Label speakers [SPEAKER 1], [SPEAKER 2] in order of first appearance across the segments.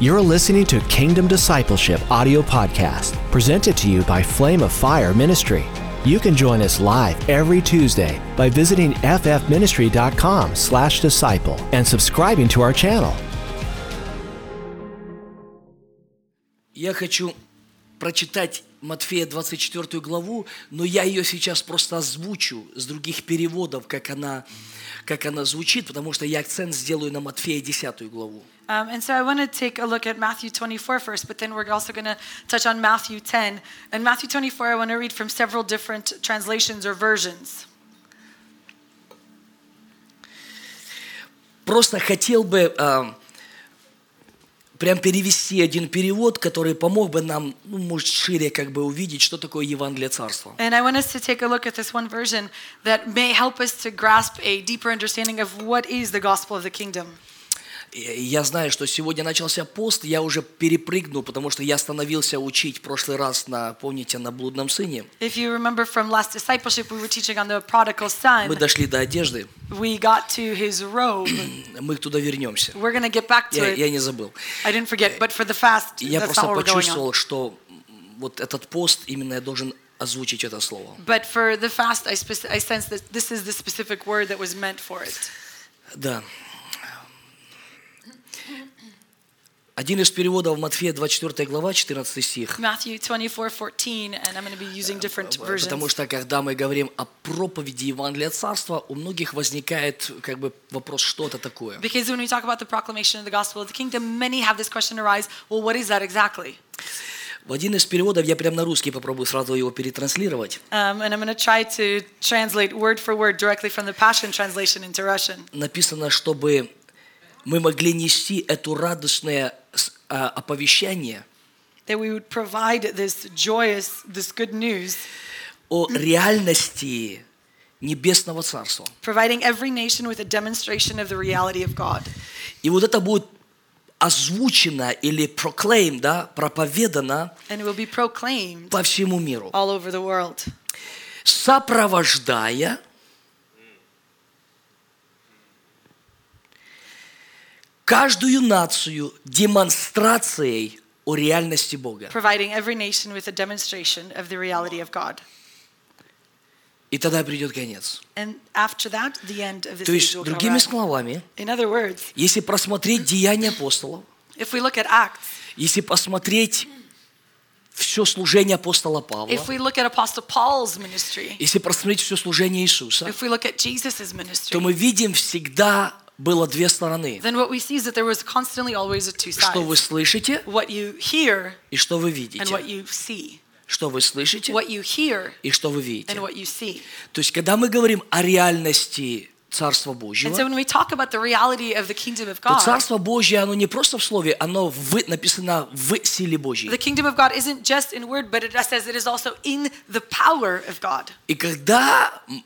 [SPEAKER 1] You're listening to Kingdom Discipleship audio podcast, presented to you by Flame of Fire Ministry. You can join us live every Tuesday by visiting ffministry.com/disciple and subscribing to our channel.
[SPEAKER 2] Я хочу прочитать Матфея 24 главу, но я ее сейчас просто озвучу с других переводов, как она, как она звучит, потому что я акцент сделаю на Матфея 10 главу.
[SPEAKER 3] Um, and so I want to take a look at Matthew 24 first, but then we're also going to touch on Matthew 10. And Matthew 24, I want to read from several different translations or versions.
[SPEAKER 2] Просто хотел бы а, прям перевести один перевод, который помог бы нам, ну, может, шире как бы увидеть, что такое Евангелие Царства.
[SPEAKER 3] And I want us to take a look at this one version that may help us to grasp a deeper understanding of what is the gospel of the kingdom.
[SPEAKER 2] И Я знаю, что сегодня начался пост, я уже перепрыгну, потому что я остановился учить в прошлый раз на, помните, на блудном сыне.
[SPEAKER 3] If you remember from last discipleship, we were teaching on the prodigal son.
[SPEAKER 2] Мы дошли до одежды,
[SPEAKER 3] We got to his robe.
[SPEAKER 2] мы туда вернемся.
[SPEAKER 3] We're going to get back to
[SPEAKER 2] Я,
[SPEAKER 3] it.
[SPEAKER 2] я не забыл.
[SPEAKER 3] I didn't forget, but for the fast,
[SPEAKER 2] Я
[SPEAKER 3] that's
[SPEAKER 2] просто
[SPEAKER 3] not what we're going on.
[SPEAKER 2] почувствовал, что м, вот этот пост, именно я должен озвучить это слово.
[SPEAKER 3] But for the fast, I, spec- I sense that this is the specific word that was meant for it.
[SPEAKER 2] Да. Один из переводов Матфея 24 глава, 14 стих.
[SPEAKER 3] Matthew 24, 14, and I'm going to be using different
[SPEAKER 2] Потому
[SPEAKER 3] versions.
[SPEAKER 2] что, когда мы говорим о проповеди Евангелия Царства, у многих возникает как бы вопрос, что это такое.
[SPEAKER 3] Because when we talk about the proclamation of the gospel of the kingdom, many have this question arise, well, what is that exactly?
[SPEAKER 2] В один из переводов, я прям на русский попробую сразу его перетранслировать,
[SPEAKER 3] Um, and I'm going to try to translate word for word directly from the Passion Translation into Russian.
[SPEAKER 2] написано, чтобы мы могли нести эту радостное с- а, оповещание
[SPEAKER 3] That we would provide this joyous, this good news,
[SPEAKER 2] о реальности Небесного Царства.
[SPEAKER 3] providing every nation with a demonstration of the reality of God.
[SPEAKER 2] И вот это будет озвучено или проклейм, да, проповедано
[SPEAKER 3] And it will be proclaimed
[SPEAKER 2] по всему миру,
[SPEAKER 3] all over the world.
[SPEAKER 2] сопровождая каждую нацию демонстрацией о реальности Бога.
[SPEAKER 3] providing every nation with a demonstration of the reality of God.
[SPEAKER 2] И тогда придет конец.
[SPEAKER 3] And after that, the end of this
[SPEAKER 2] То
[SPEAKER 3] age
[SPEAKER 2] есть,
[SPEAKER 3] will
[SPEAKER 2] другими
[SPEAKER 3] come.
[SPEAKER 2] словами,
[SPEAKER 3] In other words,
[SPEAKER 2] если просмотреть деяния апостолов,
[SPEAKER 3] if we look at Acts,
[SPEAKER 2] если посмотреть все служение апостола Павла,
[SPEAKER 3] if we look at Apostle Paul's ministry,
[SPEAKER 2] если посмотреть все служение Иисуса,
[SPEAKER 3] if we look at Jesus'
[SPEAKER 2] то
[SPEAKER 3] ministry,
[SPEAKER 2] мы видим всегда было две стороны.
[SPEAKER 3] then what we see is that there was constantly always a two
[SPEAKER 2] Что вы
[SPEAKER 3] sides.
[SPEAKER 2] слышите
[SPEAKER 3] What you hear
[SPEAKER 2] и что вы
[SPEAKER 3] and what
[SPEAKER 2] видите.
[SPEAKER 3] you see.
[SPEAKER 2] Что вы слышите
[SPEAKER 3] What you hear
[SPEAKER 2] и что вы видите.
[SPEAKER 3] and what you see.
[SPEAKER 2] То есть, когда мы говорим о реальности Царства
[SPEAKER 3] And so
[SPEAKER 2] Божьего,
[SPEAKER 3] when we talk about the reality of the kingdom of
[SPEAKER 2] то
[SPEAKER 3] God,
[SPEAKER 2] Царство Божье, оно не просто в слове, оно в- написано в силе Божьей.
[SPEAKER 3] the kingdom of God isn't just in word, but it says it is also in the power of God.
[SPEAKER 2] И когда м,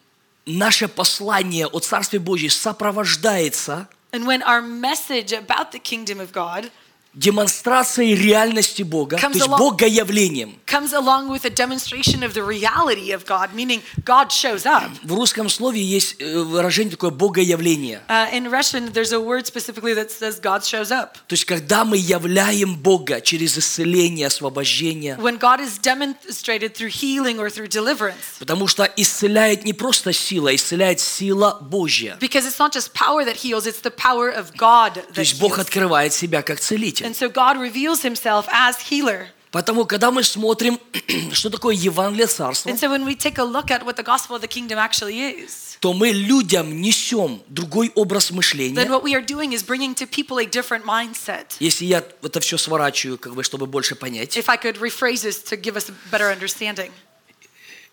[SPEAKER 2] наше послание о Царстве Божьем сопровождается
[SPEAKER 3] And when our message about the kingdom of God
[SPEAKER 2] демонстрацией реальности Бога, то
[SPEAKER 3] Comes
[SPEAKER 2] есть
[SPEAKER 3] along-
[SPEAKER 2] Богоявлением.
[SPEAKER 3] comes along with a demonstration of the reality of God, meaning God shows up.
[SPEAKER 2] В русском слове есть э, выражение такое «богоявление».
[SPEAKER 3] Uh, in Russian, there's a word specifically that says God shows up.
[SPEAKER 2] То есть, когда мы являем Бога через исцеление, освобождение,
[SPEAKER 3] When God is demonstrated through healing or through deliverance.
[SPEAKER 2] потому что исцеляет не просто сила, а исцеляет сила Божья.
[SPEAKER 3] Because it's not just power that heals, it's the power of God
[SPEAKER 2] То
[SPEAKER 3] that
[SPEAKER 2] есть Бог
[SPEAKER 3] heals.
[SPEAKER 2] открывает себя как целитель.
[SPEAKER 3] And so God reveals himself as healer.
[SPEAKER 2] Потому когда мы смотрим, что такое Евангелие Царства,
[SPEAKER 3] And so when we take a look at what the gospel of the kingdom actually is,
[SPEAKER 2] то мы людям несем другой образ
[SPEAKER 3] then
[SPEAKER 2] мышления.
[SPEAKER 3] what we are doing is bringing to people a different mindset.
[SPEAKER 2] Если я это все сворачиваю, как бы, чтобы больше понять.
[SPEAKER 3] If I could rephrase this to give us a better understanding.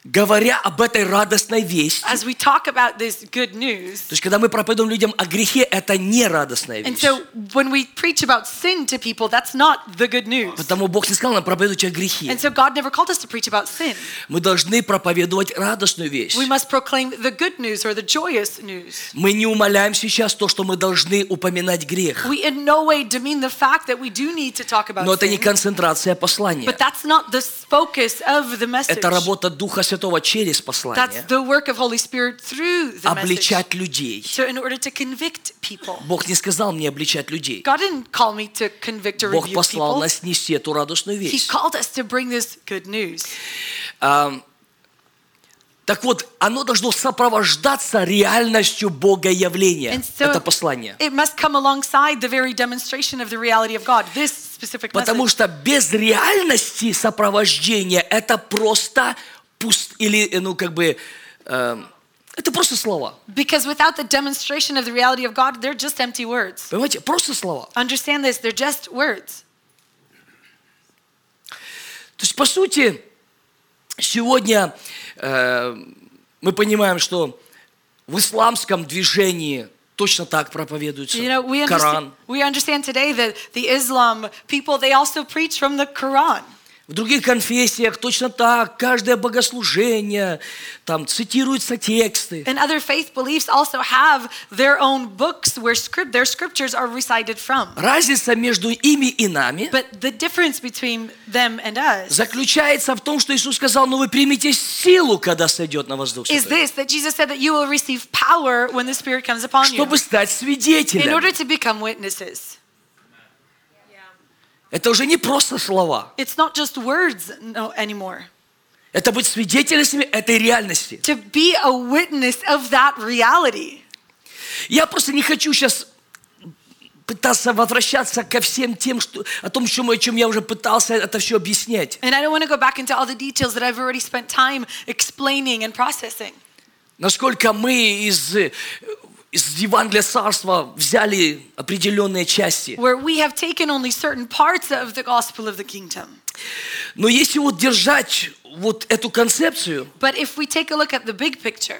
[SPEAKER 2] Говоря об этой радостной вести, то
[SPEAKER 3] As we talk about this good news,
[SPEAKER 2] есть когда мы проповедуем людям о грехе, это не радостная
[SPEAKER 3] And
[SPEAKER 2] весть.
[SPEAKER 3] so when we preach about sin to people, that's not the good news.
[SPEAKER 2] Потому Бог не сказал нам проповедовать о грехе.
[SPEAKER 3] And so God never called us to preach about sin.
[SPEAKER 2] Мы должны проповедовать радостную вещь.
[SPEAKER 3] We must proclaim the good news or the joyous news.
[SPEAKER 2] Мы не умоляем сейчас то, что мы должны упоминать грех.
[SPEAKER 3] We in no way demean the fact that we do need to talk about
[SPEAKER 2] Но это не
[SPEAKER 3] sin.
[SPEAKER 2] концентрация послания.
[SPEAKER 3] But that's not the s- focus of the message.
[SPEAKER 2] Это работа Духа Святого через
[SPEAKER 3] That's
[SPEAKER 2] послание.
[SPEAKER 3] the work of Holy Spirit through the message.
[SPEAKER 2] Обличать людей.
[SPEAKER 3] So in order to convict people.
[SPEAKER 2] Бог не сказал мне обличать людей.
[SPEAKER 3] God didn't call me to convict or
[SPEAKER 2] Бог
[SPEAKER 3] rebuke
[SPEAKER 2] послал
[SPEAKER 3] people.
[SPEAKER 2] нас нести эту радостную
[SPEAKER 3] He
[SPEAKER 2] весть.
[SPEAKER 3] called us to bring this good news.
[SPEAKER 2] А, Так вот, оно должно сопровождаться реальностью Бога явления.
[SPEAKER 3] And so
[SPEAKER 2] Это послание.
[SPEAKER 3] it must come alongside the very demonstration of the reality of God, this specific
[SPEAKER 2] Потому
[SPEAKER 3] message.
[SPEAKER 2] что без реальности сопровождения это просто пуст или э, ну как бы э, это просто слова.
[SPEAKER 3] Because without the demonstration of the reality of God, they're just empty words.
[SPEAKER 2] Понимаете, просто слова.
[SPEAKER 3] Understand this, they're just words.
[SPEAKER 2] То есть по сути сегодня э, мы понимаем, что в исламском движении точно так проповедуется
[SPEAKER 3] You know, we understand,
[SPEAKER 2] Коран.
[SPEAKER 3] we understand today that the Islam people, they also preach from the Quran.
[SPEAKER 2] В других конфессиях точно так. Каждое богослужение там цитируются тексты.
[SPEAKER 3] And other faith beliefs also have their own books where script, their scriptures are recited from.
[SPEAKER 2] Разница между ими и нами
[SPEAKER 3] But the difference between them and us
[SPEAKER 2] заключается в том, что Иисус сказал, но вы примите силу, когда сойдет на воздух
[SPEAKER 3] is
[SPEAKER 2] Святой,
[SPEAKER 3] this that Jesus said that you will receive power when the Spirit comes upon you
[SPEAKER 2] чтобы стать
[SPEAKER 3] in
[SPEAKER 2] свидетелем.
[SPEAKER 3] order to become witnesses.
[SPEAKER 2] Это уже не просто слова.
[SPEAKER 3] It's not just words no, anymore.
[SPEAKER 2] Это быть свидетелями этой реальности.
[SPEAKER 3] To be a witness of that reality.
[SPEAKER 2] Я просто не хочу сейчас пытаться возвращаться ко всем тем, что, о том, чем, о чем я уже пытался это все объяснять.
[SPEAKER 3] And I don't want to go back into all the details that I've already spent time explaining and processing.
[SPEAKER 2] Насколько мы из, э, из Евангелия Царства взяли определенные части.
[SPEAKER 3] Where we have taken only certain parts of the gospel of the kingdom.
[SPEAKER 2] Но если вот держать вот эту концепцию,
[SPEAKER 3] But if we take a look at the big picture,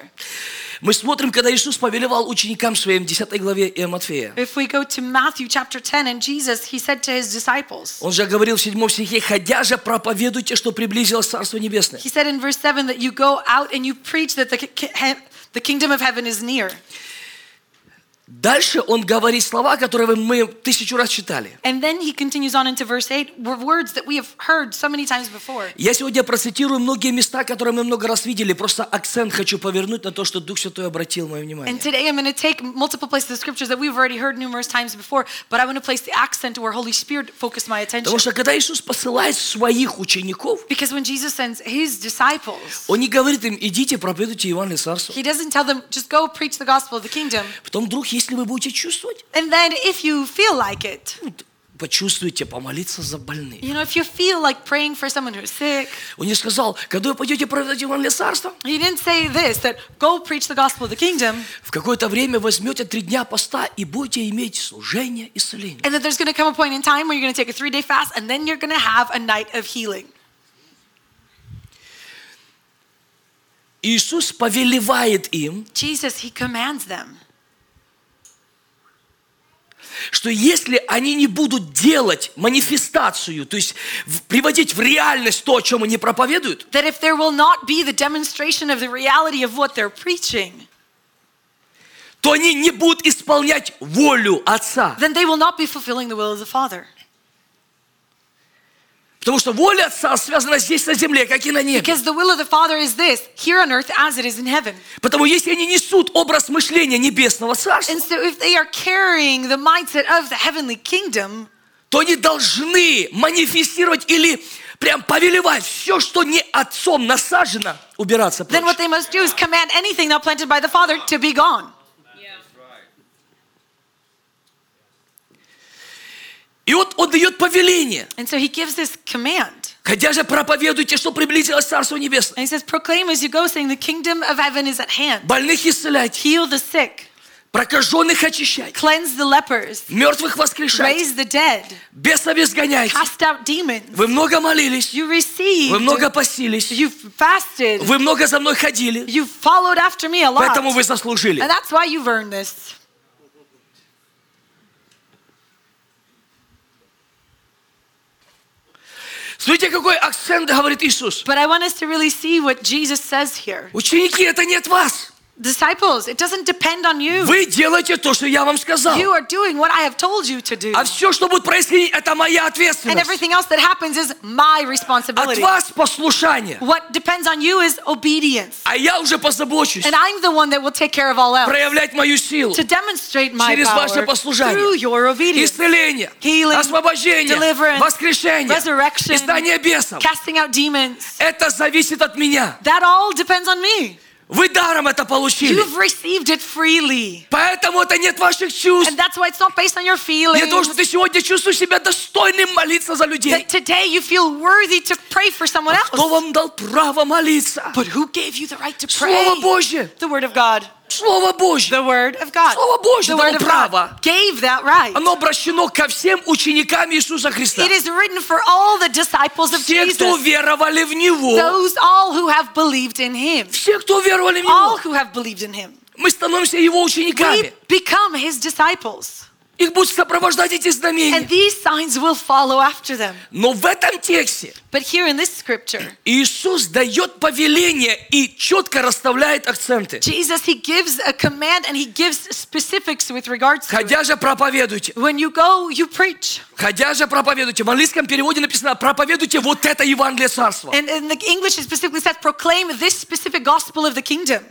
[SPEAKER 2] Мы смотрим, когда Иисус повелевал ученикам своим, 10 главе э, Матфея.
[SPEAKER 3] if we go to Matthew chapter 10 and Jesus, he said to his disciples,
[SPEAKER 2] Он же говорил в 7 стихе, «Ходя же, проповедуйте, что приблизилось Царство Небесное».
[SPEAKER 3] he said in verse 7 that you go out and you preach that the, ki- ki- he- the kingdom of heaven is near.
[SPEAKER 2] Дальше он говорит слова, которые вы- мы тысячу раз читали.
[SPEAKER 3] And then he continues on into verse 8, were words that we have heard so many times before.
[SPEAKER 2] Я сегодня процитирую многие места, которые мы много раз видели. Просто акцент хочу повернуть на то, что Дух Святой обратил мое
[SPEAKER 3] And
[SPEAKER 2] внимание.
[SPEAKER 3] today I'm going to take multiple places of scriptures that we've already heard numerous times before, but I want to place the accent where Holy Spirit focused my
[SPEAKER 2] Потому
[SPEAKER 3] attention.
[SPEAKER 2] что когда Иисус посылает своих учеников,
[SPEAKER 3] Because when Jesus sends his disciples,
[SPEAKER 2] Он не говорит им, идите, проповедуйте Евангелие Царство.
[SPEAKER 3] he doesn't tell them, just go preach the gospel of the kingdom.
[SPEAKER 2] Потом вдруг, если вы будете чувствовать,
[SPEAKER 3] And then if you feel like it,
[SPEAKER 2] ну, почувствуйте, помолиться за больных.
[SPEAKER 3] you know, if you feel like praying for someone who's sick,
[SPEAKER 2] Он не сказал, когда вы пойдете проповедовать Евангелие Царства,
[SPEAKER 3] he didn't say this, that go preach the gospel of the kingdom,
[SPEAKER 2] В какое-то время возьмете три дня поста и будете иметь служение исцеления.
[SPEAKER 3] and that there's going to come a point in time where you're going to take a three day fast, and then you're going to have a night of healing.
[SPEAKER 2] Иисус повелевает им,
[SPEAKER 3] Jesus, he commands them
[SPEAKER 2] что если они не будут делать манифестацию, то есть в- приводить в реальность то, о чем они проповедуют,
[SPEAKER 3] that if there will not be the demonstration of the reality of what they're preaching,
[SPEAKER 2] то они не будут исполнять волю Отца.
[SPEAKER 3] then they will not be fulfilling the will of the Father.
[SPEAKER 2] Потому что воля Отца связана здесь на земле, как и на небе.
[SPEAKER 3] Because the will of the Father is this here on earth as it is in heaven.
[SPEAKER 2] Потому если они несут образ мышления Небесного Царства,
[SPEAKER 3] And so if they are carrying the mindset of the heavenly kingdom,
[SPEAKER 2] то они должны манифестировать или прям повелевать все, что не Отцом насажено, убираться
[SPEAKER 3] then
[SPEAKER 2] прочь.
[SPEAKER 3] what they must do is command anything not planted by the Father to be gone.
[SPEAKER 2] И вот он дает повеление.
[SPEAKER 3] And so he gives this command.
[SPEAKER 2] Хотя же проповедуйте, что приблизилось Царство Небесное.
[SPEAKER 3] And he says, Proclaim as you go, saying, The kingdom of heaven is at hand.
[SPEAKER 2] Больных исцеляйте,
[SPEAKER 3] Heal the sick,
[SPEAKER 2] прокаженных очищайте,
[SPEAKER 3] cleanse the lepers,
[SPEAKER 2] мертвых воскрешайте,
[SPEAKER 3] raise the dead,
[SPEAKER 2] бесов изгоняйте.
[SPEAKER 3] cast out demons.
[SPEAKER 2] Вы много молились,
[SPEAKER 3] You received,
[SPEAKER 2] вы много постились,
[SPEAKER 3] you've fasted,
[SPEAKER 2] вы много за мной ходили,
[SPEAKER 3] you've followed after me a lot.
[SPEAKER 2] поэтому
[SPEAKER 3] And
[SPEAKER 2] вы заслужили.
[SPEAKER 3] that's why you've earned this.
[SPEAKER 2] Смотрите, какой акцент говорит Иисус.
[SPEAKER 3] But I want us to really see what Jesus says here.
[SPEAKER 2] Ученики, это не от вас.
[SPEAKER 3] disciples. It doesn't depend on you.
[SPEAKER 2] Вы делаете то, что я вам сказал.
[SPEAKER 3] You are doing what I have told you to do.
[SPEAKER 2] А все, что будет происходить, это моя
[SPEAKER 3] And
[SPEAKER 2] ответственность.
[SPEAKER 3] everything else that happens is my
[SPEAKER 2] От
[SPEAKER 3] responsibility.
[SPEAKER 2] вас послушание.
[SPEAKER 3] What depends on you is obedience.
[SPEAKER 2] А я уже позабочусь
[SPEAKER 3] And I'm the one that will take care of all else.
[SPEAKER 2] проявлять мою силу.
[SPEAKER 3] To demonstrate my
[SPEAKER 2] Через ваше
[SPEAKER 3] power
[SPEAKER 2] послушание.
[SPEAKER 3] through your obedience.
[SPEAKER 2] Исцеление,
[SPEAKER 3] Healing,
[SPEAKER 2] освобождение,
[SPEAKER 3] deliverance,
[SPEAKER 2] воскрешение,
[SPEAKER 3] resurrection,
[SPEAKER 2] издание бесов.
[SPEAKER 3] Casting out demons.
[SPEAKER 2] Это зависит от меня.
[SPEAKER 3] That all depends on me.
[SPEAKER 2] Вы даром это получили.
[SPEAKER 3] You've received it freely.
[SPEAKER 2] Поэтому это нет ваших чувств.
[SPEAKER 3] And that's why it's not based on your
[SPEAKER 2] Для того, что
[SPEAKER 3] feelings.
[SPEAKER 2] ты сегодня чувствуешь себя достойным молиться за людей.
[SPEAKER 3] That today you feel worthy to pray for someone
[SPEAKER 2] Кто
[SPEAKER 3] else.
[SPEAKER 2] вам дал право молиться?
[SPEAKER 3] But who gave you the right to pray?
[SPEAKER 2] Слово Божье.
[SPEAKER 3] The Word of God.
[SPEAKER 2] Слово Божье.
[SPEAKER 3] The Word of God.
[SPEAKER 2] Слово Божье
[SPEAKER 3] The
[SPEAKER 2] дало
[SPEAKER 3] Word of
[SPEAKER 2] право.
[SPEAKER 3] God gave that right.
[SPEAKER 2] Оно обращено ко всем ученикам Иисуса Христа.
[SPEAKER 3] It is written for all the disciples of
[SPEAKER 2] Все, кто
[SPEAKER 3] Jesus.
[SPEAKER 2] веровали в Него.
[SPEAKER 3] Those all who have believed in Him.
[SPEAKER 2] Все, кто веровали в
[SPEAKER 3] All
[SPEAKER 2] Него.
[SPEAKER 3] who have believed in Him.
[SPEAKER 2] Мы становимся Его
[SPEAKER 3] We
[SPEAKER 2] учениками.
[SPEAKER 3] become His disciples.
[SPEAKER 2] Их будут сопровождать эти знамения.
[SPEAKER 3] And these signs will follow after them.
[SPEAKER 2] Но в этом тексте
[SPEAKER 3] But here in this scripture,
[SPEAKER 2] Иисус дает повеление и четко расставляет акценты.
[SPEAKER 3] Jesus, He gives a command and He gives specifics with regards to it.
[SPEAKER 2] Ходя же проповедуйте.
[SPEAKER 3] When you go, you preach.
[SPEAKER 2] Ходя же проповедуйте. В английском переводе написано проповедуйте вот это Евангелие Царства.
[SPEAKER 3] And in the English, it specifically says, proclaim this specific gospel of the kingdom.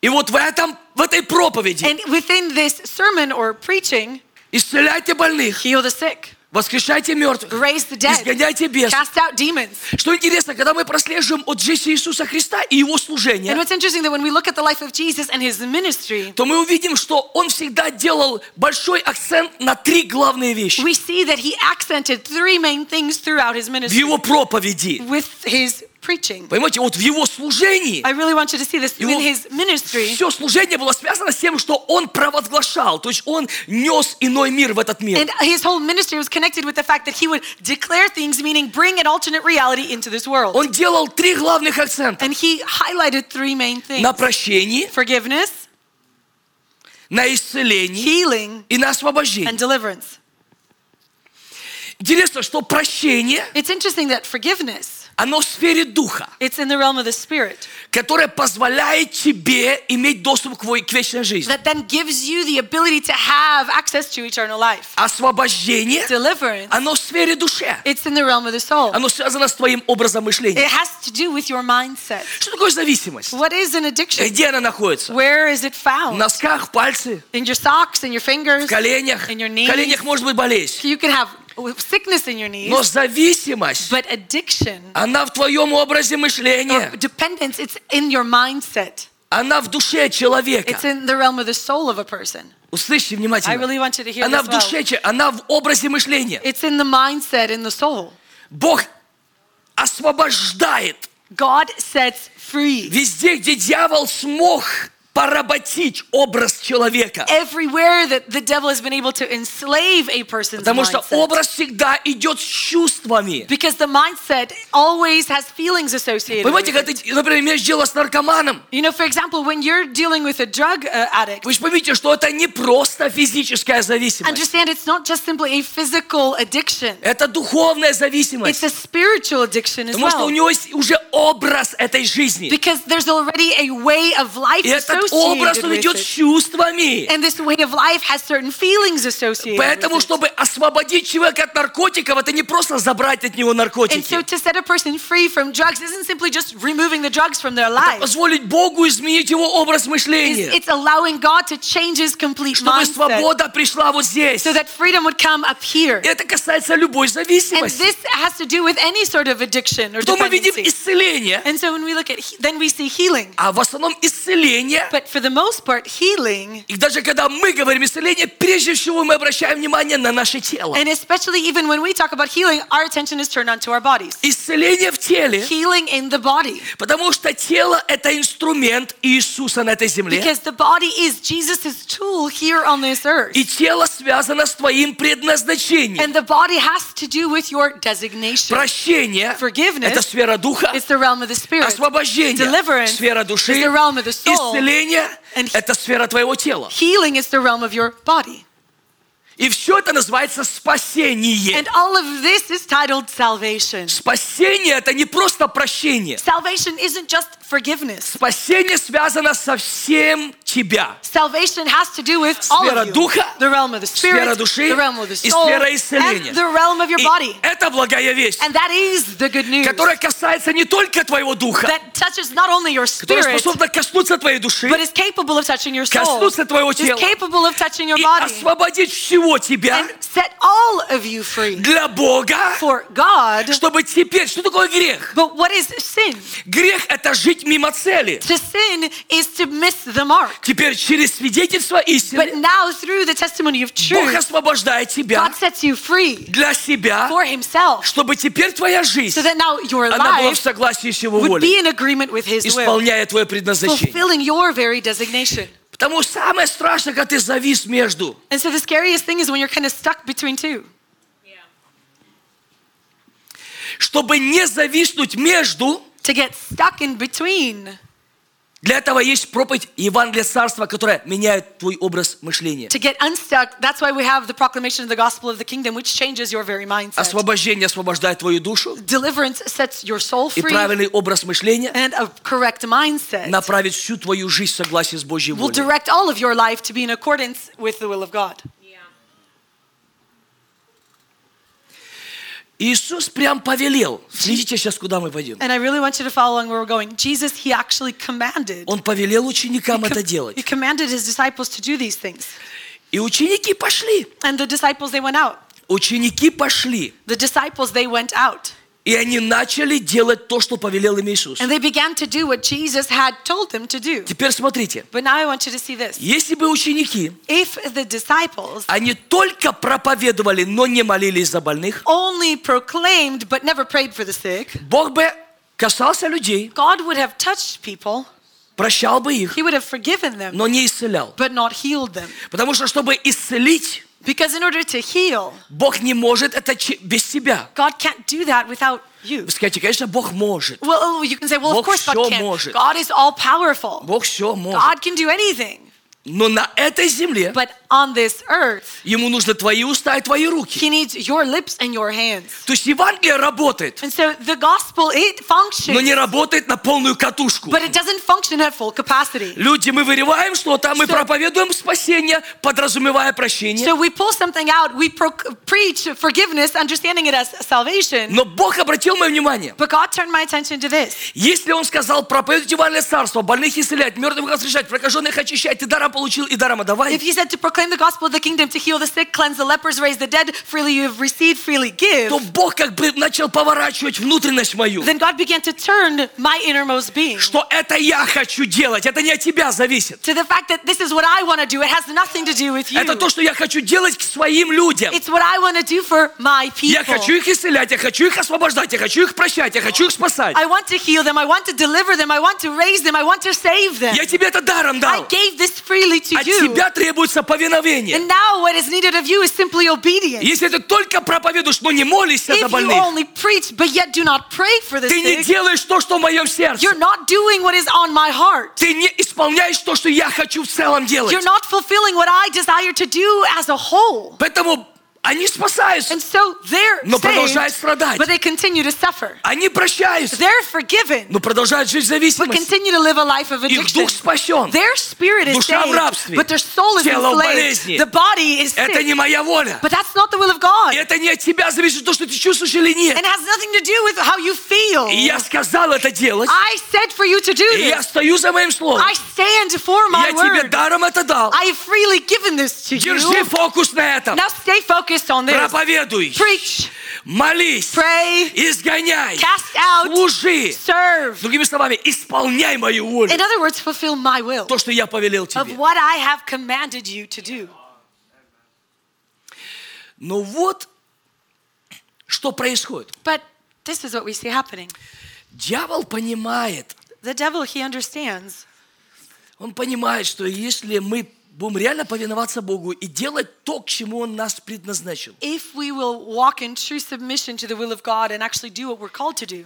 [SPEAKER 2] И вот в этом, в этой проповеди
[SPEAKER 3] And within this sermon or preaching,
[SPEAKER 2] исцеляйте больных,
[SPEAKER 3] heal the sick,
[SPEAKER 2] воскрешайте мертвых,
[SPEAKER 3] raise the dead,
[SPEAKER 2] изгоняйте бесов.
[SPEAKER 3] cast out demons.
[SPEAKER 2] Что интересно, когда мы прослеживаем от жизни Иисуса Христа и Его
[SPEAKER 3] And
[SPEAKER 2] служения,
[SPEAKER 3] what's interesting that when we look at the life of Jesus and his ministry,
[SPEAKER 2] то мы увидим, что Он всегда делал большой акцент на три главные вещи
[SPEAKER 3] we see that he accented three main things throughout his
[SPEAKER 2] в
[SPEAKER 3] ministry
[SPEAKER 2] Его проповеди.
[SPEAKER 3] with his preaching.
[SPEAKER 2] Понимаете, вот в Его служении
[SPEAKER 3] I really want you to see this
[SPEAKER 2] Его-
[SPEAKER 3] in his ministry.
[SPEAKER 2] Все служение было связано с тем, что он провозглашал, то есть он нес иной мир в этот мир.
[SPEAKER 3] And his whole ministry was connected with the fact that he would declare things, meaning bring an alternate reality into this world.
[SPEAKER 2] Он делал три главных акцента.
[SPEAKER 3] And he highlighted three main things
[SPEAKER 2] На прощении,
[SPEAKER 3] forgiveness,
[SPEAKER 2] на исцелении
[SPEAKER 3] healing,
[SPEAKER 2] и на
[SPEAKER 3] and
[SPEAKER 2] освобождении.
[SPEAKER 3] deliverance.
[SPEAKER 2] Интересно, что прощение,
[SPEAKER 3] It's interesting that forgiveness,
[SPEAKER 2] оно в сфере духа,
[SPEAKER 3] it's in the realm of the spirit,
[SPEAKER 2] которое позволяет тебе иметь доступ к, во- к вечной жизни.
[SPEAKER 3] that then gives you the ability to have access to eternal life.
[SPEAKER 2] Освобождение,
[SPEAKER 3] Deliverance,
[SPEAKER 2] оно в сфере души.
[SPEAKER 3] it's in the realm of the soul.
[SPEAKER 2] Оно связано с твоим образом мышления.
[SPEAKER 3] It has to do with your mindset.
[SPEAKER 2] Что такое зависимость? Э,
[SPEAKER 3] What is an addiction?
[SPEAKER 2] Где она находится?
[SPEAKER 3] Where is it
[SPEAKER 2] В
[SPEAKER 3] found?
[SPEAKER 2] носках, в пальце,
[SPEAKER 3] In your socks, in your
[SPEAKER 2] в
[SPEAKER 3] fingers.
[SPEAKER 2] коленях.
[SPEAKER 3] In your
[SPEAKER 2] В
[SPEAKER 3] knees.
[SPEAKER 2] коленях может быть болезнь.
[SPEAKER 3] You can have sickness in your knees,
[SPEAKER 2] Но зависимость,
[SPEAKER 3] but addiction
[SPEAKER 2] она в твоем образе мышления,
[SPEAKER 3] or dependence, it's in your mindset.
[SPEAKER 2] она в душе человека.
[SPEAKER 3] It's in the realm of the soul of a person.
[SPEAKER 2] Услышьте
[SPEAKER 3] I really
[SPEAKER 2] внимательно.
[SPEAKER 3] want you to hear
[SPEAKER 2] Она в
[SPEAKER 3] this well.
[SPEAKER 2] душе, че- она в образе мышления.
[SPEAKER 3] It's in the mindset, in the soul.
[SPEAKER 2] Бог освобождает
[SPEAKER 3] God sets free.
[SPEAKER 2] везде, где дьявол смог поработить образ человека.
[SPEAKER 3] Э, Everywhere that the devil has been able to enslave a person's
[SPEAKER 2] Потому что
[SPEAKER 3] mindset.
[SPEAKER 2] образ всегда идет с чувствами.
[SPEAKER 3] Because the mindset always has feelings associated with
[SPEAKER 2] Понимаете,
[SPEAKER 3] it.
[SPEAKER 2] когда ты, например, имеешь дело с наркоманом,
[SPEAKER 3] You know, for example, when you're dealing with a drug uh, addict,
[SPEAKER 2] вы же поймите, что это не просто физическая зависимость.
[SPEAKER 3] understand it's not just simply a physical addiction.
[SPEAKER 2] Это духовная
[SPEAKER 3] It's
[SPEAKER 2] зависимость.
[SPEAKER 3] a spiritual addiction as
[SPEAKER 2] Потому что у
[SPEAKER 3] well.
[SPEAKER 2] него есть уже образ этой жизни.
[SPEAKER 3] Because there's already a way of life
[SPEAKER 2] И этот образ,
[SPEAKER 3] associated
[SPEAKER 2] он
[SPEAKER 3] with
[SPEAKER 2] идет с
[SPEAKER 3] it.
[SPEAKER 2] чувствами.
[SPEAKER 3] And this way of life has certain feelings associated
[SPEAKER 2] Поэтому,
[SPEAKER 3] with it.
[SPEAKER 2] чтобы освободить человека от наркотиков, это не просто забрать от него
[SPEAKER 3] And so
[SPEAKER 2] наркотики.
[SPEAKER 3] to set a person free from drugs isn't simply just removing the drugs from their life.
[SPEAKER 2] Позволить Богу изменить его образ
[SPEAKER 3] It's,
[SPEAKER 2] мышления.
[SPEAKER 3] it's allowing God to change his complete
[SPEAKER 2] Чтобы
[SPEAKER 3] mindset
[SPEAKER 2] свобода пришла вот здесь.
[SPEAKER 3] so that freedom would come up here.
[SPEAKER 2] Это касается любой
[SPEAKER 3] And
[SPEAKER 2] зависимости.
[SPEAKER 3] this has to do with any sort of addiction or
[SPEAKER 2] Потом мы видим
[SPEAKER 3] dependency.
[SPEAKER 2] исцеление.
[SPEAKER 3] And so when we look at, he- then we see healing.
[SPEAKER 2] А в основном исцеление,
[SPEAKER 3] But for the most part, healing,
[SPEAKER 2] и даже когда мы говорим исцеление, прежде всего мы обращаем внимание на наше тело.
[SPEAKER 3] and especially even when we talk about healing, our attention is turned onto our bodies.
[SPEAKER 2] Исцеление в теле,
[SPEAKER 3] Healing in the body.
[SPEAKER 2] потому что тело – это инструмент Иисуса на этой земле.
[SPEAKER 3] Because the body is Jesus' tool here on this earth.
[SPEAKER 2] И тело связано с твоим предназначением.
[SPEAKER 3] And the body has to do with your designation.
[SPEAKER 2] Прощение –
[SPEAKER 3] Forgiveness
[SPEAKER 2] это сфера духа.
[SPEAKER 3] It's the realm of the spirit.
[SPEAKER 2] Освобождение –
[SPEAKER 3] Deliverance
[SPEAKER 2] сфера
[SPEAKER 3] is
[SPEAKER 2] души.
[SPEAKER 3] the realm of the soul.
[SPEAKER 2] Исцеление
[SPEAKER 3] And
[SPEAKER 2] – это сфера твоего тела.
[SPEAKER 3] Healing is the realm of your body.
[SPEAKER 2] И все это называется спасение.
[SPEAKER 3] And all of this is titled salvation.
[SPEAKER 2] Спасение – это не просто прощение.
[SPEAKER 3] Salvation isn't just forgiveness.
[SPEAKER 2] Спасение связано со всем тебя.
[SPEAKER 3] Salvation has to do with all
[SPEAKER 2] Сфера
[SPEAKER 3] of you.
[SPEAKER 2] духа,
[SPEAKER 3] the realm of the spirit,
[SPEAKER 2] сфера души
[SPEAKER 3] the realm of the
[SPEAKER 2] и
[SPEAKER 3] soul,
[SPEAKER 2] сфера исцеления.
[SPEAKER 3] and the realm of your
[SPEAKER 2] И
[SPEAKER 3] body.
[SPEAKER 2] это благая весть,
[SPEAKER 3] And that is the good news
[SPEAKER 2] которая касается не только твоего духа,
[SPEAKER 3] that touches not only your
[SPEAKER 2] которая
[SPEAKER 3] spirit,
[SPEAKER 2] способна коснуться твоей души
[SPEAKER 3] but is capable of touching your soul,
[SPEAKER 2] Коснуться твоего
[SPEAKER 3] is
[SPEAKER 2] тела.
[SPEAKER 3] capable of touching your
[SPEAKER 2] и
[SPEAKER 3] body,
[SPEAKER 2] освободить всего тебя
[SPEAKER 3] and set all of you free
[SPEAKER 2] для Бога,
[SPEAKER 3] for God.
[SPEAKER 2] чтобы теперь... Что такое грех?
[SPEAKER 3] But what is sin?
[SPEAKER 2] Грех – это жить мимо цели.
[SPEAKER 3] To sin is to miss the mark.
[SPEAKER 2] Теперь через свидетельство
[SPEAKER 3] But
[SPEAKER 2] истины
[SPEAKER 3] now, through the testimony of
[SPEAKER 2] Бог
[SPEAKER 3] truth,
[SPEAKER 2] освобождает тебя
[SPEAKER 3] God sets you free
[SPEAKER 2] для себя,
[SPEAKER 3] for Himself,
[SPEAKER 2] чтобы теперь твоя жизнь,
[SPEAKER 3] so that now your
[SPEAKER 2] она была в
[SPEAKER 3] life
[SPEAKER 2] согласии с Его
[SPEAKER 3] would
[SPEAKER 2] волей,
[SPEAKER 3] be in agreement with His will,
[SPEAKER 2] исполняя твое предназначение.
[SPEAKER 3] fulfilling your very designation.
[SPEAKER 2] Потому самое страшное, когда ты завис между.
[SPEAKER 3] And so, the scariest thing is when you're kind of stuck between two.
[SPEAKER 2] Чтобы не зависнуть между,
[SPEAKER 3] To get stuck in between,
[SPEAKER 2] для этого есть проповедь Евангелия Царства, которая меняет твой образ мышления.
[SPEAKER 3] to get unstuck, that's why we have the proclamation of the gospel of the kingdom, which changes your very mindset.
[SPEAKER 2] Освобождение освобождает твою душу,
[SPEAKER 3] Deliverance sets your soul
[SPEAKER 2] и
[SPEAKER 3] free,
[SPEAKER 2] правильный образ мышления
[SPEAKER 3] and a correct mindset
[SPEAKER 2] направит всю твою жизнь в согласии с Божьей
[SPEAKER 3] will
[SPEAKER 2] волей.
[SPEAKER 3] direct all of your life to be in accordance with the will of God.
[SPEAKER 2] Иисус прям повелел. Следите сейчас, куда мы пойдем.
[SPEAKER 3] And I really want you to follow along where we're going. Jesus, he actually commanded.
[SPEAKER 2] Он повелел ученикам
[SPEAKER 3] He com-
[SPEAKER 2] это делать.
[SPEAKER 3] He commanded his disciples to do these things.
[SPEAKER 2] И ученики пошли.
[SPEAKER 3] And the disciples, they went out.
[SPEAKER 2] Ученики пошли.
[SPEAKER 3] The disciples, they went out.
[SPEAKER 2] И они начали делать то, что повелел им Иисус.
[SPEAKER 3] And they began to do what Jesus had told them to do.
[SPEAKER 2] Теперь смотрите.
[SPEAKER 3] But now I want you to see this.
[SPEAKER 2] Если бы ученики,
[SPEAKER 3] If the disciples
[SPEAKER 2] они только проповедовали, но не молились за больных,
[SPEAKER 3] only proclaimed but never prayed for the sick,
[SPEAKER 2] Бог бы касался людей,
[SPEAKER 3] God would have touched people,
[SPEAKER 2] прощал бы их,
[SPEAKER 3] He would have forgiven them,
[SPEAKER 2] но не исцелял.
[SPEAKER 3] but not healed them.
[SPEAKER 2] Потому что, чтобы исцелить,
[SPEAKER 3] Because in order to heal,
[SPEAKER 2] Бог не может это че- без себя.
[SPEAKER 3] God can't do that without you.
[SPEAKER 2] Вы скажете, конечно, Бог может.
[SPEAKER 3] Well, oh, you can say, well,
[SPEAKER 2] Бог
[SPEAKER 3] of course
[SPEAKER 2] всё
[SPEAKER 3] God can.
[SPEAKER 2] может.
[SPEAKER 3] God is all powerful.
[SPEAKER 2] Бог все может.
[SPEAKER 3] God can do anything.
[SPEAKER 2] Но на этой земле
[SPEAKER 3] But on this earth,
[SPEAKER 2] ему нужны твои уста и твои руки.
[SPEAKER 3] He needs your lips and your hands.
[SPEAKER 2] То есть Евангелие работает,
[SPEAKER 3] And so the gospel, it
[SPEAKER 2] но
[SPEAKER 3] functions,
[SPEAKER 2] не работает на полную катушку.
[SPEAKER 3] but it doesn't function at full capacity.
[SPEAKER 2] Люди, мы вырываем что-то, мы
[SPEAKER 3] Что?
[SPEAKER 2] проповедуем спасение, подразумевая прощение.
[SPEAKER 3] So we pull something out, we pro- preach forgiveness, understanding it as salvation.
[SPEAKER 2] Но Бог обратил мое внимание.
[SPEAKER 3] But God turned my attention to this.
[SPEAKER 2] Если Он сказал, проповедуйте Евангелие Царство, больных исцелять, мертвых воскрешать, прокаженных очищать, ты даром получил и даром отдавай.
[SPEAKER 3] If He said to proclaim the gospel of the kingdom, to heal the sick, cleanse the lepers, raise the dead, freely you have received, freely give,
[SPEAKER 2] то Бог как бы начал поворачивать внутренность мою.
[SPEAKER 3] then God began to turn my innermost being
[SPEAKER 2] Что это я хочу делать, это не от тебя зависит.
[SPEAKER 3] to the fact that this is what I want to do. It has nothing to do with you.
[SPEAKER 2] Это то, что я хочу делать к своим людям.
[SPEAKER 3] It's what I want to do for my people.
[SPEAKER 2] Я хочу их исцелять, я хочу их освобождать, я хочу их прощать, я хочу их спасать.
[SPEAKER 3] I want to heal them. I want to deliver them. I want to raise them. I want to save them.
[SPEAKER 2] Я тебе это даром
[SPEAKER 3] I
[SPEAKER 2] дал.
[SPEAKER 3] gave this freely to
[SPEAKER 2] От
[SPEAKER 3] you.
[SPEAKER 2] тебя требуется повиновение.
[SPEAKER 3] And now what is needed of you is simply obedience.
[SPEAKER 2] Если ты только проповедуешь, но не молишься за
[SPEAKER 3] If you
[SPEAKER 2] больных,
[SPEAKER 3] only preach but yet do not pray for the
[SPEAKER 2] ты не
[SPEAKER 3] sick,
[SPEAKER 2] делаешь то, что в моем сердце.
[SPEAKER 3] you're not doing what is on my heart.
[SPEAKER 2] Ты не исполняешь то, что я хочу в целом делать.
[SPEAKER 3] You're not fulfilling what I desire to do as a whole.
[SPEAKER 2] Поэтому они спасаются,
[SPEAKER 3] And so they're
[SPEAKER 2] но продолжают
[SPEAKER 3] saved,
[SPEAKER 2] страдать.
[SPEAKER 3] but they continue to suffer.
[SPEAKER 2] Они прощаются,
[SPEAKER 3] They're forgiven,
[SPEAKER 2] но продолжают Ну, жить в
[SPEAKER 3] but
[SPEAKER 2] зависимости.
[SPEAKER 3] continue to live a life of
[SPEAKER 2] Их
[SPEAKER 3] addiction.
[SPEAKER 2] дух спасен.
[SPEAKER 3] Their spirit is
[SPEAKER 2] Душа в
[SPEAKER 3] saved,
[SPEAKER 2] рабстве.
[SPEAKER 3] but their soul is
[SPEAKER 2] Тело в болезни.
[SPEAKER 3] enslaved. The body is
[SPEAKER 2] Это
[SPEAKER 3] sick,
[SPEAKER 2] не моя воля.
[SPEAKER 3] but that's not the will of God.
[SPEAKER 2] И Это не от тебя зависит, то, что ты чувствуешь или
[SPEAKER 3] And
[SPEAKER 2] нет.
[SPEAKER 3] it has nothing to do with how you feel.
[SPEAKER 2] И я сказал это делать.
[SPEAKER 3] I said for you to do
[SPEAKER 2] И я
[SPEAKER 3] this.
[SPEAKER 2] стою за моим словом.
[SPEAKER 3] I stand for my
[SPEAKER 2] Я тебе
[SPEAKER 3] word.
[SPEAKER 2] даром это дал.
[SPEAKER 3] I have freely given this to
[SPEAKER 2] Держи
[SPEAKER 3] you.
[SPEAKER 2] фокус на этом.
[SPEAKER 3] Now stay focused on this.
[SPEAKER 2] Проповедуй.
[SPEAKER 3] Preach,
[SPEAKER 2] Молись.
[SPEAKER 3] pray,
[SPEAKER 2] Изгоняй.
[SPEAKER 3] cast out,
[SPEAKER 2] Служи.
[SPEAKER 3] serve.
[SPEAKER 2] Другими словами, исполняй мою волю.
[SPEAKER 3] In other words, fulfill my will
[SPEAKER 2] То, что я повелел
[SPEAKER 3] of
[SPEAKER 2] тебе.
[SPEAKER 3] what I have commanded you to do.
[SPEAKER 2] Но вот что происходит.
[SPEAKER 3] But this is what we see happening.
[SPEAKER 2] Дьявол понимает.
[SPEAKER 3] The devil, he understands
[SPEAKER 2] Он понимает, что если мы будем реально повиноваться Богу и делать то, к чему Он нас предназначил,
[SPEAKER 3] if we will walk in true submission to the will of God and actually do what we're called to do,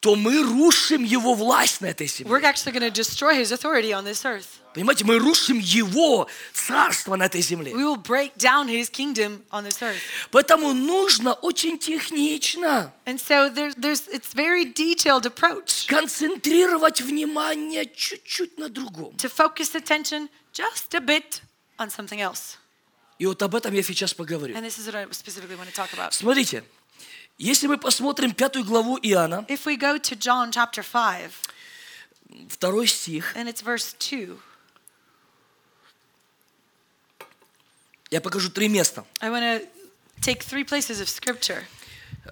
[SPEAKER 2] то мы рушим Его власть на этой земле.
[SPEAKER 3] we're actually going to destroy his authority on this earth.
[SPEAKER 2] Понимаете, мы рушим его царство на этой земле.
[SPEAKER 3] We will break down his kingdom on this earth.
[SPEAKER 2] Поэтому нужно очень технично
[SPEAKER 3] And so there, there's it's very detailed approach
[SPEAKER 2] концентрировать внимание чуть-чуть на другом.
[SPEAKER 3] to focus attention just a bit on something else.
[SPEAKER 2] И вот об этом я сейчас поговорю.
[SPEAKER 3] And this is what I specifically want to talk about.
[SPEAKER 2] Смотрите, если мы посмотрим пятую главу Иоанна,
[SPEAKER 3] If we go to John chapter 5,
[SPEAKER 2] второй стих,
[SPEAKER 3] and it's verse 2,
[SPEAKER 2] я покажу три места.
[SPEAKER 3] I want to take three places of scripture.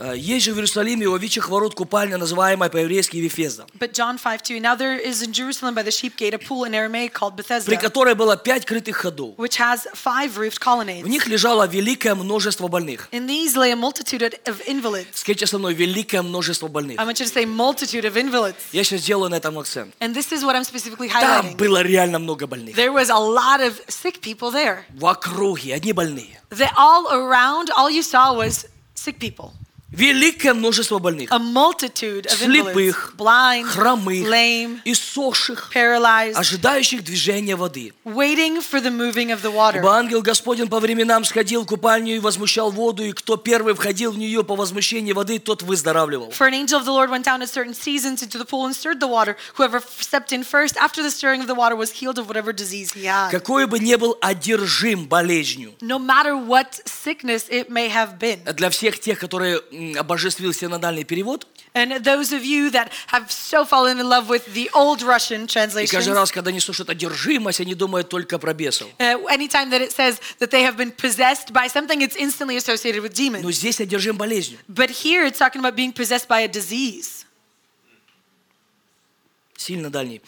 [SPEAKER 2] Э, Есть же в Иерусалиме у овечьих ворот купальня, называемая по-еврейски Вифезда,
[SPEAKER 3] But John 5 2, now there is in Jerusalem by the sheep gate a pool in Aramaic called
[SPEAKER 2] при
[SPEAKER 3] Bethesda,
[SPEAKER 2] которой было пять крытых ходов.
[SPEAKER 3] which has five roofed
[SPEAKER 2] В
[SPEAKER 3] colonnades.
[SPEAKER 2] них лежало великое множество больных.
[SPEAKER 3] In these lay a multitude of invalids.
[SPEAKER 2] Скажите со мной, великое множество больных.
[SPEAKER 3] I want you to say multitude of invalids.
[SPEAKER 2] Я сейчас сделаю на этом акцент.
[SPEAKER 3] And this is what I'm specifically
[SPEAKER 2] Там
[SPEAKER 3] highlighting.
[SPEAKER 2] было реально много больных.
[SPEAKER 3] There was a lot of sick people there.
[SPEAKER 2] В округе, одни больные.
[SPEAKER 3] They all around, all you saw was sick people.
[SPEAKER 2] Великое множество больных.
[SPEAKER 3] A multitude of invalids,
[SPEAKER 2] Слепых,
[SPEAKER 3] А, blind,
[SPEAKER 2] хромых,
[SPEAKER 3] lame,
[SPEAKER 2] иссохших,
[SPEAKER 3] paralyzed,
[SPEAKER 2] ожидающих движения воды.
[SPEAKER 3] waiting for the moving of the water.
[SPEAKER 2] Ибо ангел Господень по временам сходил в купальню и возмущал воду, и кто первый входил в нее по возмущении воды, тот выздоравливал.
[SPEAKER 3] For an angel of the Lord went down at certain seasons into the pool and stirred the water. Whoever f- stepped in first after the stirring of the water was healed of whatever disease he had.
[SPEAKER 2] Какой бы ни был одержим болезнью,
[SPEAKER 3] No matter what sickness it may have been.
[SPEAKER 2] для всех тех, которые м, обожествил синодальный перевод,
[SPEAKER 3] And those of you that have so fallen in love with the old Russian
[SPEAKER 2] и каждый
[SPEAKER 3] translation,
[SPEAKER 2] раз, когда они слышат одержимость, они думают только про бесов.
[SPEAKER 3] uh, anytime that it says that they have been possessed by something, it's instantly associated with
[SPEAKER 2] Но
[SPEAKER 3] demons.
[SPEAKER 2] здесь одержим болезнью.
[SPEAKER 3] But here it's talking about being possessed by a disease,
[SPEAKER 2] Сильно дальний.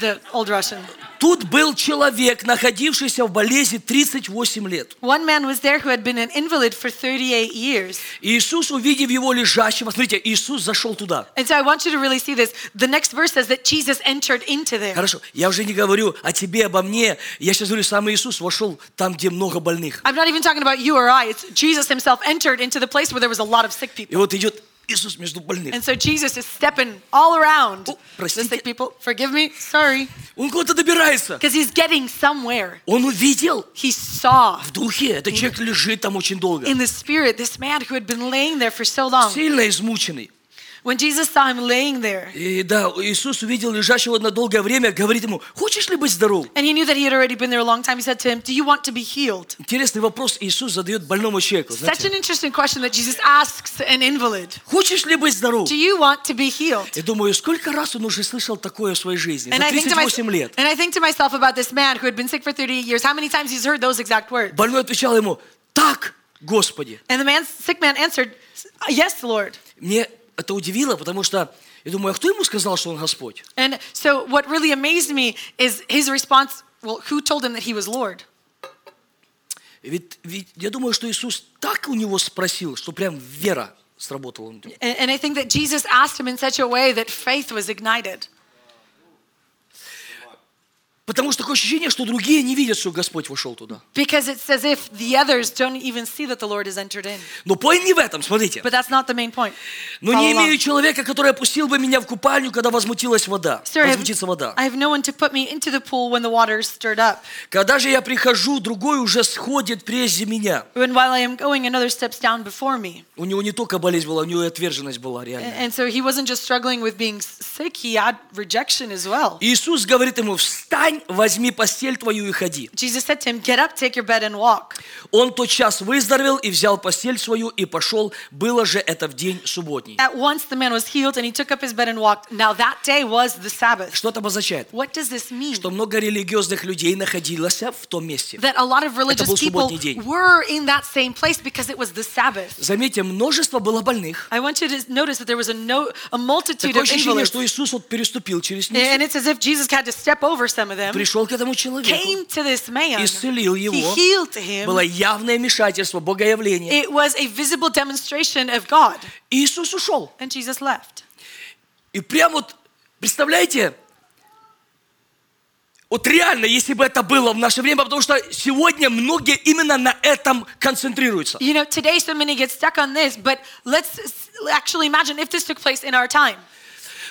[SPEAKER 3] the old Russian.
[SPEAKER 2] Тут был человек, находившийся в болезни 38 лет.
[SPEAKER 3] One man was there who had been an invalid for 38 years.
[SPEAKER 2] И Иисус, увидев его лежащего, смотрите, Иисус зашел туда.
[SPEAKER 3] And so I want you to really see this. The next verse says that Jesus entered into there.
[SPEAKER 2] Хорошо, я уже не говорю о тебе, обо мне. Я сейчас говорю, сам Иисус вошел там, где много больных.
[SPEAKER 3] I'm not even talking about you or I. It's Jesus himself entered into the place where there was a lot of sick
[SPEAKER 2] И
[SPEAKER 3] people.
[SPEAKER 2] вот идет Иисус между больных.
[SPEAKER 3] And so Jesus is stepping all around
[SPEAKER 2] Oh,
[SPEAKER 3] the
[SPEAKER 2] простите.
[SPEAKER 3] sick people. Forgive me. Sorry.
[SPEAKER 2] Он куда-то добирается.
[SPEAKER 3] Because he's getting somewhere.
[SPEAKER 2] Он увидел
[SPEAKER 3] He saw
[SPEAKER 2] в духе, этот человек лежит там очень долго.
[SPEAKER 3] in the spirit this man who had been laying there for so long.
[SPEAKER 2] Сильно измученный.
[SPEAKER 3] When Jesus saw him laying there,
[SPEAKER 2] И да, Иисус увидел лежащего на долгое время, говорит ему, хочешь ли быть здоров?
[SPEAKER 3] and he knew that he had already been there a long time, he said to him, Do you want to be healed?
[SPEAKER 2] Интересный вопрос Иисус задает больному человеку.
[SPEAKER 3] Such
[SPEAKER 2] знаете.
[SPEAKER 3] an interesting question that Jesus asks an invalid.
[SPEAKER 2] хочешь ли быть здоров?
[SPEAKER 3] Do you want to be healed?
[SPEAKER 2] Я думаю, сколько раз он уже слышал такое в своей жизни? За
[SPEAKER 3] And I, think to my,
[SPEAKER 2] 38 лет.
[SPEAKER 3] and I think to myself about this man who had been sick for 38 years, how many times he's heard those exact words?
[SPEAKER 2] Больной отвечал ему, так, Господи.
[SPEAKER 3] And the man, sick man answered, Yes, Lord.
[SPEAKER 2] Мне это удивило, потому что я думаю, а кто ему сказал, что он Господь?
[SPEAKER 3] And so what really amazed me is his response well, who told him that he was Lord?
[SPEAKER 2] Ведь, ведь я думаю, что Иисус так у него спросил, что прям вера сработала. у него.
[SPEAKER 3] And, and I think that Jesus asked him in such a way that faith was ignited.
[SPEAKER 2] Потому что такое ощущение, что другие не видят, что Господь вошел туда.
[SPEAKER 3] Because it's as if the others don't even see that the Lord has entered in.
[SPEAKER 2] Но point не в этом, смотрите.
[SPEAKER 3] But that's not the main point.
[SPEAKER 2] Но
[SPEAKER 3] Follow
[SPEAKER 2] Ну, не
[SPEAKER 3] along.
[SPEAKER 2] имею человека, который опустил бы меня в купальню, когда возмутилась вода.
[SPEAKER 3] Sir, I have,
[SPEAKER 2] Возмутится вода.
[SPEAKER 3] I have no one to put me into the pool when the water is stirred up.
[SPEAKER 2] Когда же я прихожу, другой уже сходит прежде меня.
[SPEAKER 3] And while I am going, another steps down before me.
[SPEAKER 2] У него не только болезнь была, у него и отверженность была
[SPEAKER 3] And,
[SPEAKER 2] реально.
[SPEAKER 3] and so he wasn't just struggling with being s- sick, he had rejection as well.
[SPEAKER 2] Иисус говорит ему, встань, возьми постель твою и ходи.
[SPEAKER 3] Jesus said to him, Get up, take your bed, and walk.
[SPEAKER 2] Он тот час выздоровел и взял постель свою и пошел. Было же это в день субботний.
[SPEAKER 3] At once the man was healed, and he took up his bed and walked. Now that day was the Sabbath.
[SPEAKER 2] Что это обозначает?
[SPEAKER 3] What does this mean?
[SPEAKER 2] Что много религиозных людей находилось в том месте.
[SPEAKER 3] That a lot of
[SPEAKER 2] был
[SPEAKER 3] religious people
[SPEAKER 2] субботний день.
[SPEAKER 3] were in that same place because it was the Sabbath.
[SPEAKER 2] Заметьте, множество было больных.
[SPEAKER 3] I want you to notice that there was a, no, a multitude
[SPEAKER 2] Такое
[SPEAKER 3] of
[SPEAKER 2] ощущение,
[SPEAKER 3] invalids.
[SPEAKER 2] что Иисус вот переступил через них,
[SPEAKER 3] And it's as if Jesus had to step over some of them,
[SPEAKER 2] пришел к этому человеку,
[SPEAKER 3] came to this man,
[SPEAKER 2] исцелил
[SPEAKER 3] he
[SPEAKER 2] его.
[SPEAKER 3] healed him.
[SPEAKER 2] Было явное вмешательство, богоявление.
[SPEAKER 3] It was a visible demonstration of God.
[SPEAKER 2] Иисус ушел.
[SPEAKER 3] And Jesus left.
[SPEAKER 2] И прям вот, представляете, вот реально, если бы это было в наше время, потому что сегодня многие именно на этом концентрируются.
[SPEAKER 3] You know, today so many get stuck on this, but let's s- actually imagine if this took place in our time.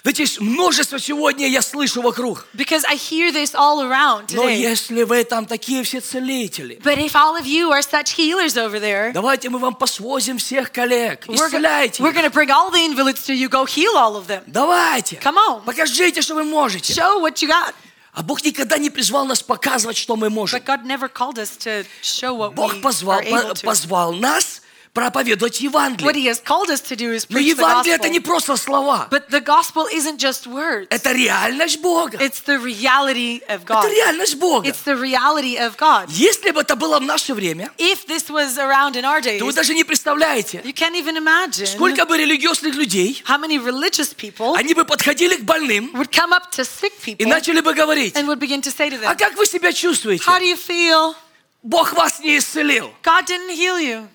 [SPEAKER 2] Ведь есть множество сегодня я слышу вокруг.
[SPEAKER 3] Because I hear this all around
[SPEAKER 2] Но
[SPEAKER 3] today.
[SPEAKER 2] если вы там такие все целители,
[SPEAKER 3] But if all of you are such healers over there,
[SPEAKER 2] давайте мы вам посвозим всех коллег.
[SPEAKER 3] we're, go-
[SPEAKER 2] Исцеляйте.
[SPEAKER 3] we're
[SPEAKER 2] их.
[SPEAKER 3] going to bring all the invalids to you. Go heal all of them.
[SPEAKER 2] Давайте.
[SPEAKER 3] Come on.
[SPEAKER 2] Покажите, что вы можете.
[SPEAKER 3] Show what you got.
[SPEAKER 2] А Бог никогда не призвал нас показывать, что мы можем.
[SPEAKER 3] But God never called us to show what
[SPEAKER 2] Бог
[SPEAKER 3] we
[SPEAKER 2] позвал,
[SPEAKER 3] are able
[SPEAKER 2] по-
[SPEAKER 3] to.
[SPEAKER 2] позвал нас проповедовать
[SPEAKER 3] What
[SPEAKER 2] Евангелие.
[SPEAKER 3] He has called us to do is
[SPEAKER 2] Но
[SPEAKER 3] preach the
[SPEAKER 2] Евангелие это
[SPEAKER 3] gospel.
[SPEAKER 2] не просто слова.
[SPEAKER 3] But the gospel isn't just words.
[SPEAKER 2] Это реальность Бога.
[SPEAKER 3] It's the reality of God.
[SPEAKER 2] Это реальность Бога.
[SPEAKER 3] It's the reality of God.
[SPEAKER 2] Если бы это было в наше время,
[SPEAKER 3] If this was around in our days,
[SPEAKER 2] то вы даже не представляете,
[SPEAKER 3] you can't even imagine
[SPEAKER 2] сколько бы религиозных людей,
[SPEAKER 3] how many religious people
[SPEAKER 2] они бы подходили к больным
[SPEAKER 3] would come up to sick
[SPEAKER 2] и
[SPEAKER 3] people
[SPEAKER 2] начали бы говорить,
[SPEAKER 3] and would begin to say to
[SPEAKER 2] а
[SPEAKER 3] them,
[SPEAKER 2] как вы себя чувствуете?
[SPEAKER 3] How do you feel?
[SPEAKER 2] Бог вас не исцелил.
[SPEAKER 3] God didn't heal you.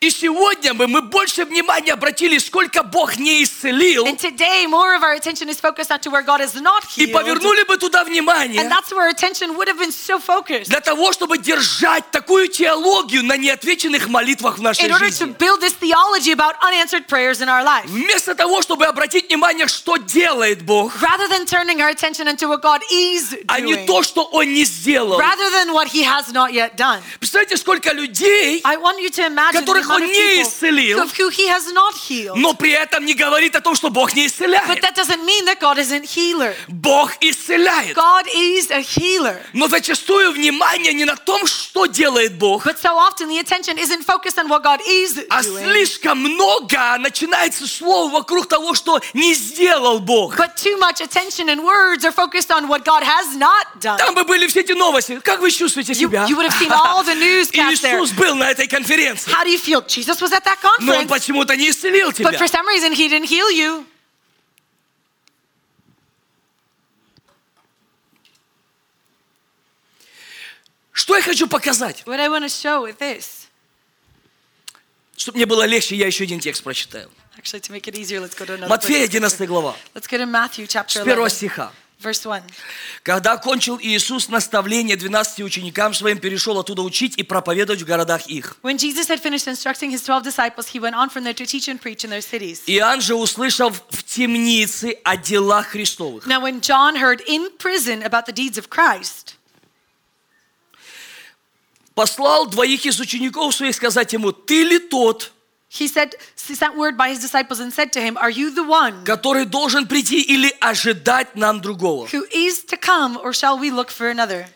[SPEAKER 2] И сегодня бы мы больше внимания обратили, сколько Бог не исцелил,
[SPEAKER 3] And today, more of our attention is focused onto where God is not
[SPEAKER 2] и
[SPEAKER 3] healed.
[SPEAKER 2] повернули бы туда
[SPEAKER 3] And
[SPEAKER 2] внимание,
[SPEAKER 3] that's where our attention would have been so focused.
[SPEAKER 2] для того, чтобы держать такую теологию на неотвеченных молитвах в нашей
[SPEAKER 3] In order to
[SPEAKER 2] жизни.
[SPEAKER 3] build this theology about unanswered prayers in our life.
[SPEAKER 2] Вместо того, чтобы обратить внимание, что делает Бог,
[SPEAKER 3] Rather than turning our attention into what God is
[SPEAKER 2] а не
[SPEAKER 3] doing.
[SPEAKER 2] то, что Он не сделал.
[SPEAKER 3] Rather than what He has not yet done.
[SPEAKER 2] Представляете, сколько людей,
[SPEAKER 3] I want you to imagine the
[SPEAKER 2] Которых
[SPEAKER 3] amount
[SPEAKER 2] он
[SPEAKER 3] of
[SPEAKER 2] не
[SPEAKER 3] people
[SPEAKER 2] исцелил.
[SPEAKER 3] of who he has not healed.
[SPEAKER 2] но при этом не говорит о том, что Бог не
[SPEAKER 3] But
[SPEAKER 2] исцеляет.
[SPEAKER 3] that doesn't mean that God isn't healer.
[SPEAKER 2] Бог исцеляет.
[SPEAKER 3] God is a healer.
[SPEAKER 2] Но зачастую внимание не на том, что делает Бог,
[SPEAKER 3] But so often the attention isn't focused on what God is
[SPEAKER 2] а
[SPEAKER 3] doing.
[SPEAKER 2] слишком много начинается слов вокруг того, что не сделал Бог.
[SPEAKER 3] But too much attention and words are focused on what God has not done.
[SPEAKER 2] Там бы были все эти новости. Как вы чувствуете
[SPEAKER 3] You,
[SPEAKER 2] себя?
[SPEAKER 3] you would have seen all the newscasts there.
[SPEAKER 2] Иисус был на этой конференции,
[SPEAKER 3] How do you feel? Jesus was at that
[SPEAKER 2] но Он
[SPEAKER 3] conference.
[SPEAKER 2] почему-то не исцелил
[SPEAKER 3] But
[SPEAKER 2] тебя.
[SPEAKER 3] for some reason, he didn't heal you.
[SPEAKER 2] Что я хочу показать?
[SPEAKER 3] What I want to show with this,
[SPEAKER 2] Чтобы мне было легче, я еще один текст прочитаю.
[SPEAKER 3] actually, to make it easier, let's go to another
[SPEAKER 2] Матфея
[SPEAKER 3] place.
[SPEAKER 2] 11 глава,
[SPEAKER 3] Let's go to Matthew
[SPEAKER 2] с
[SPEAKER 3] chapter
[SPEAKER 2] 1
[SPEAKER 3] 11,
[SPEAKER 2] стиха.
[SPEAKER 3] verse 1.
[SPEAKER 2] Когда кончил Иисус наставление 12 ученикам своим, перешел оттуда учить и проповедовать в городах их.
[SPEAKER 3] When Jesus had finished instructing his 12 disciples, he went on from there to teach and preach in their cities.
[SPEAKER 2] Иоанн же, услышав в темнице о делах Христовых,
[SPEAKER 3] Now, when John heard in prison about the deeds of Christ,
[SPEAKER 2] послал двоих из учеников своих сказать ему, «Ты ли тот,
[SPEAKER 3] he said, he sent word by his disciples and said to him, Are you the one
[SPEAKER 2] который должен прийти или ожидать нам другого?»
[SPEAKER 3] who is to come, or shall we look for another?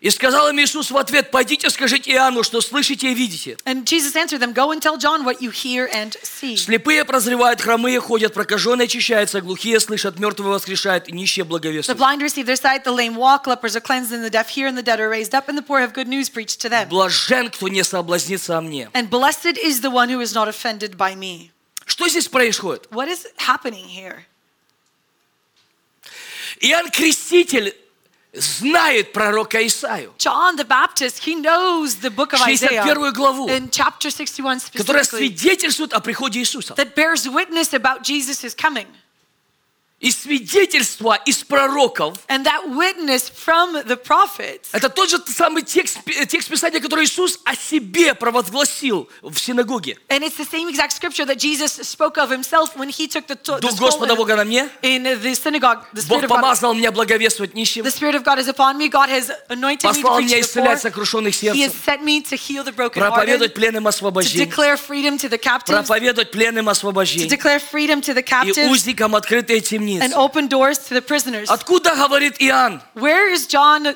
[SPEAKER 2] И сказал им Иисус в ответ, «Пойдите, скажите Иоанну, что слышите и видите.
[SPEAKER 3] And Jesus answered them, Go and tell John what you hear and see.
[SPEAKER 2] Слепые прозревают, хромые ходят, прокаженные очищаются, глухие слышат, мертвые воскрешают, и нищие
[SPEAKER 3] The
[SPEAKER 2] благовествуют».
[SPEAKER 3] blind receive their sight, the lame walk, lepers are cleansed, and the deaf hear, and the dead are raised up, and the poor have good news preached to them.
[SPEAKER 2] Блажен, кто не соблазнится о мне.
[SPEAKER 3] And blessed is the one who is not offended by me.
[SPEAKER 2] Что здесь происходит?
[SPEAKER 3] What is happening here?
[SPEAKER 2] Иоанн Креститель знает пророка Исаию,
[SPEAKER 3] John the Baptist, he knows the book of Isaiah
[SPEAKER 2] 61 главу,
[SPEAKER 3] in chapter 61
[SPEAKER 2] которая
[SPEAKER 3] specifically
[SPEAKER 2] свидетельствует о приходе Иисуса.
[SPEAKER 3] that bears witness about Jesus' coming.
[SPEAKER 2] И свидетельство из пророков
[SPEAKER 3] And that witness from the prophets
[SPEAKER 2] это тот же самый текст, э, текст Писания, который Иисус о себе провозгласил в синагоге.
[SPEAKER 3] And it's the same exact scripture that Jesus spoke of himself when he took the, to- the
[SPEAKER 2] Дух
[SPEAKER 3] scroll
[SPEAKER 2] Господа Бога
[SPEAKER 3] in,
[SPEAKER 2] на мне,
[SPEAKER 3] in the synagogue. The Spirit,
[SPEAKER 2] Бог
[SPEAKER 3] of God,
[SPEAKER 2] помазал меня благовествовать нищим,
[SPEAKER 3] the Spirit of God is upon me. God has anointed me to
[SPEAKER 2] послал
[SPEAKER 3] preach
[SPEAKER 2] меня
[SPEAKER 3] to
[SPEAKER 2] исцелять
[SPEAKER 3] the poor.
[SPEAKER 2] сокрушенных
[SPEAKER 3] He has
[SPEAKER 2] сердцем,
[SPEAKER 3] sent me to heal the brokenhearted,
[SPEAKER 2] проповедовать пленным
[SPEAKER 3] to
[SPEAKER 2] освобождение,
[SPEAKER 3] declare freedom to the captives,
[SPEAKER 2] проповедовать пленным
[SPEAKER 3] to
[SPEAKER 2] освобождение
[SPEAKER 3] declare freedom to the
[SPEAKER 2] и
[SPEAKER 3] captives,
[SPEAKER 2] узникам открытые
[SPEAKER 3] and
[SPEAKER 2] темницы.
[SPEAKER 3] open doors to the prisoners.
[SPEAKER 2] Откуда, говорит Иоанн,
[SPEAKER 3] Where is John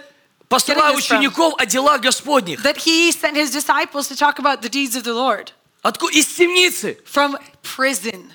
[SPEAKER 2] посылая
[SPEAKER 3] Getting this from-
[SPEAKER 2] учеников о делах Господних?
[SPEAKER 3] that he sent his disciples to talk about the deeds of the Lord?
[SPEAKER 2] Откуда? Из темницы.
[SPEAKER 3] From prison.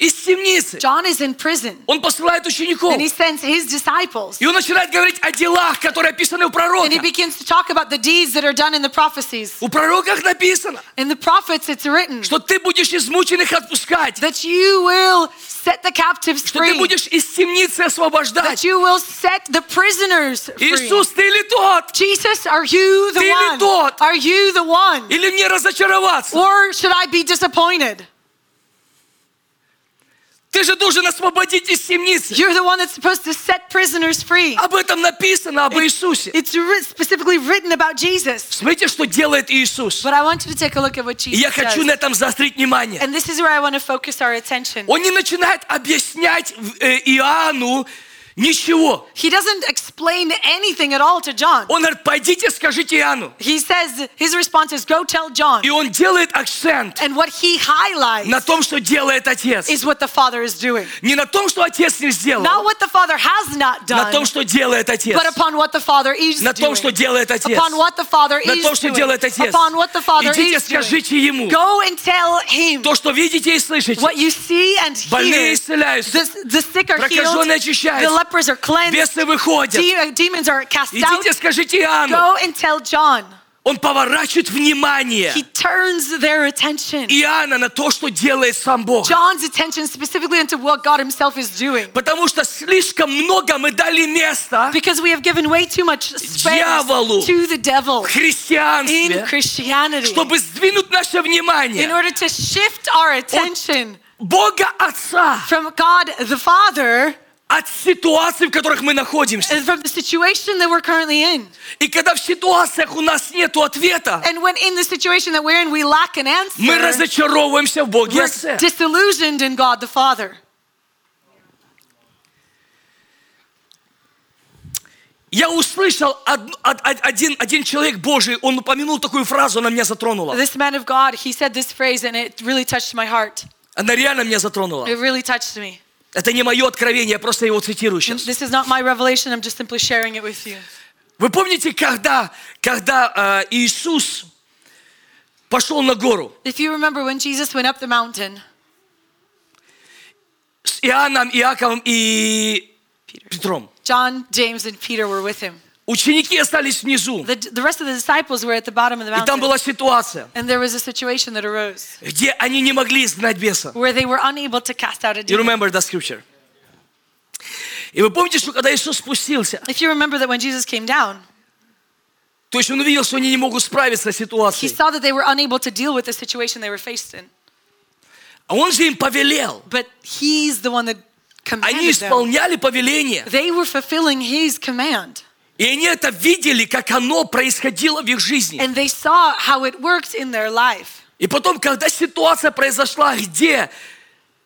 [SPEAKER 2] Из темницы.
[SPEAKER 3] John is in prison
[SPEAKER 2] Он посылает учеников.
[SPEAKER 3] and he sends his disciples
[SPEAKER 2] И он начинает говорить о делах, которые описаны у
[SPEAKER 3] and he
[SPEAKER 2] пророка.
[SPEAKER 3] begins to talk about the deeds that are done in the prophecies.
[SPEAKER 2] У пророков написано,
[SPEAKER 3] In the prophets, it's written
[SPEAKER 2] что ты будешь измученных отпускать,
[SPEAKER 3] that you will set the captives
[SPEAKER 2] что ты
[SPEAKER 3] free,
[SPEAKER 2] будешь из темницы
[SPEAKER 3] that
[SPEAKER 2] освобождать.
[SPEAKER 3] you will set the prisoners free.
[SPEAKER 2] Иисус, ты ли тот?
[SPEAKER 3] Jesus, are you
[SPEAKER 2] Ты ли
[SPEAKER 3] the one?
[SPEAKER 2] тот?
[SPEAKER 3] Are you the one?
[SPEAKER 2] Или мне разочароваться?
[SPEAKER 3] Or should I be disappointed?
[SPEAKER 2] Ты же должен освободить из темницы.
[SPEAKER 3] You're the one that's supposed to set prisoners free.
[SPEAKER 2] Об этом написано, об Иисусе.
[SPEAKER 3] It's writ- specifically written about Jesus.
[SPEAKER 2] Смотрите, что делает Иисус.
[SPEAKER 3] But I want you to take a look at what
[SPEAKER 2] И я
[SPEAKER 3] Jesus
[SPEAKER 2] хочу на
[SPEAKER 3] does.
[SPEAKER 2] этом заострить внимание.
[SPEAKER 3] And this is where I want to focus our attention.
[SPEAKER 2] Он не начинает объяснять э, Иоанну ничего.
[SPEAKER 3] He doesn't explain anything at all to John.
[SPEAKER 2] Он говорит, пойдите, скажите Иоанну.
[SPEAKER 3] He says, his response is, go tell John.
[SPEAKER 2] И он делает акцент
[SPEAKER 3] And what he highlights
[SPEAKER 2] на том, что делает отец.
[SPEAKER 3] is what the Father is doing.
[SPEAKER 2] Не на том, что отец не
[SPEAKER 3] Not
[SPEAKER 2] сделал,
[SPEAKER 3] what the Father has not
[SPEAKER 2] на
[SPEAKER 3] done,
[SPEAKER 2] том, что делает отец.
[SPEAKER 3] but upon what the Father is
[SPEAKER 2] На том,
[SPEAKER 3] doing.
[SPEAKER 2] что делает отец.
[SPEAKER 3] Upon what the Father
[SPEAKER 2] На
[SPEAKER 3] is
[SPEAKER 2] том, что
[SPEAKER 3] doing.
[SPEAKER 2] делает отец.
[SPEAKER 3] Upon what the Father
[SPEAKER 2] Идите,
[SPEAKER 3] is doing.
[SPEAKER 2] скажите ему.
[SPEAKER 3] Go and tell him
[SPEAKER 2] То, что видите и слышите.
[SPEAKER 3] what you see and
[SPEAKER 2] Больные
[SPEAKER 3] hear.
[SPEAKER 2] исцеляются.
[SPEAKER 3] The, the sick are healed.
[SPEAKER 2] Прокаженные очищаются.
[SPEAKER 3] The lepers are cleansed.
[SPEAKER 2] Бесы выходят.
[SPEAKER 3] De- demons are cast out.
[SPEAKER 2] Идите, скажите Иоанну.
[SPEAKER 3] Go and tell John.
[SPEAKER 2] Он поворачивает внимание
[SPEAKER 3] He turns their attention,
[SPEAKER 2] Иоанна на то, что делает сам Бог.
[SPEAKER 3] John's attention specifically into what God himself is doing.
[SPEAKER 2] Потому что слишком много мы дали места
[SPEAKER 3] Because we have given way too much space
[SPEAKER 2] Дьяволу.
[SPEAKER 3] to the devil
[SPEAKER 2] в
[SPEAKER 3] in
[SPEAKER 2] христианстве,
[SPEAKER 3] Christianity
[SPEAKER 2] чтобы сдвинуть наше
[SPEAKER 3] in
[SPEAKER 2] внимание
[SPEAKER 3] order to shift our attention
[SPEAKER 2] Бога Отца
[SPEAKER 3] from God the Father
[SPEAKER 2] от ситуации, в которых мы находимся.
[SPEAKER 3] and from the situation that we're currently in.
[SPEAKER 2] И когда в ситуациях у нас нет ответа,
[SPEAKER 3] And when in the situation that we're in, we lack an answer,
[SPEAKER 2] мы разочаровываемся в Боге
[SPEAKER 3] we're
[SPEAKER 2] Отце.
[SPEAKER 3] disillusioned in God the Father.
[SPEAKER 2] Я услышал, од- од- од- один, один человек Божий, он упомянул такую фразу, она меня затронула.
[SPEAKER 3] This man of God, he said this phrase and it really touched my heart.
[SPEAKER 2] Она реально меня затронула.
[SPEAKER 3] It really touched me.
[SPEAKER 2] Это не мое откровение, я просто его цитирую сейчас.
[SPEAKER 3] This is not my revelation, I'm just simply sharing it with you.
[SPEAKER 2] Вы помните, когда, когда э, Иисус пошел на гору
[SPEAKER 3] If you remember when Jesus went up the mountain,
[SPEAKER 2] с Иоанном, Иаковом и Петром?
[SPEAKER 3] John, James, and Peter were with him.
[SPEAKER 2] Ученики остались внизу.
[SPEAKER 3] The, the rest of the disciples were at the bottom of the
[SPEAKER 2] И там
[SPEAKER 3] mountain.
[SPEAKER 2] была ситуация,
[SPEAKER 3] And there was a situation that arose
[SPEAKER 2] где они не могли изгнать беса.
[SPEAKER 3] where they were unable to cast out a
[SPEAKER 2] You
[SPEAKER 3] demon.
[SPEAKER 2] remember that scripture? И вы помните, что когда Иисус спустился,
[SPEAKER 3] If you remember that when Jesus came down,
[SPEAKER 2] то есть он увидел, что они не могут справиться с
[SPEAKER 3] he
[SPEAKER 2] ситуацией.
[SPEAKER 3] saw that they were unable to deal with the situation they were faced in.
[SPEAKER 2] А он же им повелел.
[SPEAKER 3] But he's the one that
[SPEAKER 2] Они
[SPEAKER 3] commanded them.
[SPEAKER 2] исполняли повеление.
[SPEAKER 3] They were fulfilling his command.
[SPEAKER 2] И они это видели, как оно происходило в их жизни.
[SPEAKER 3] And they saw how it worked in their life.
[SPEAKER 2] И потом, когда ситуация произошла, где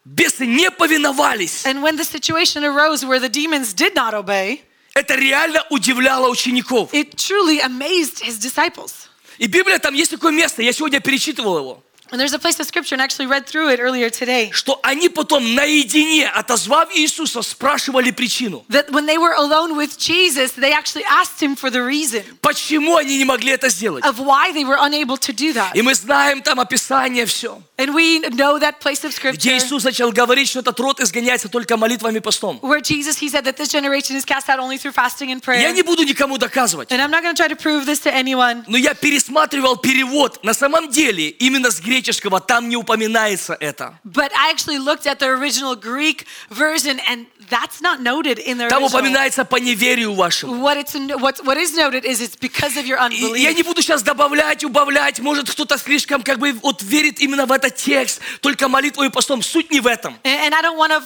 [SPEAKER 2] бесы не повиновались,
[SPEAKER 3] And when the situation arose where the demons did not obey,
[SPEAKER 2] это реально удивляло учеников.
[SPEAKER 3] it truly amazed his disciples.
[SPEAKER 2] И Библия, там есть такое место, я сегодня перечитывал его,
[SPEAKER 3] And there's a place of scripture, and I actually read through it earlier today.
[SPEAKER 2] что они потом наедине, отозвав Иисуса, спрашивали причину.
[SPEAKER 3] that when they were alone with Jesus, they actually asked him for the reason
[SPEAKER 2] Почему они не могли это сделать?
[SPEAKER 3] of why they were unable to do that.
[SPEAKER 2] И мы знаем там описание все,
[SPEAKER 3] And we know that place of
[SPEAKER 2] где
[SPEAKER 3] scripture
[SPEAKER 2] Иисус начал говорить, что этот род изгоняется только молитвами и постом.
[SPEAKER 3] where Jesus, he said that this generation is cast out only through fasting and prayer.
[SPEAKER 2] Я не буду никому доказывать.
[SPEAKER 3] And I'm not going to try to prove this to anyone,
[SPEAKER 2] Но я пересматривал перевод. На самом деле, именно с греческого там не упоминается это.
[SPEAKER 3] but I actually looked at the original Greek version, and that's not noted in the
[SPEAKER 2] Там
[SPEAKER 3] original.
[SPEAKER 2] упоминается по неверию вашему.
[SPEAKER 3] What, it's, what, what is noted is it's because of your
[SPEAKER 2] И я не
[SPEAKER 3] unbelief.
[SPEAKER 2] буду сейчас добавлять, убавлять. Может, кто-то слишком как бы вот верит именно в этот текст. Только молитвой и постом. Суть не в этом.
[SPEAKER 3] And and I don't want to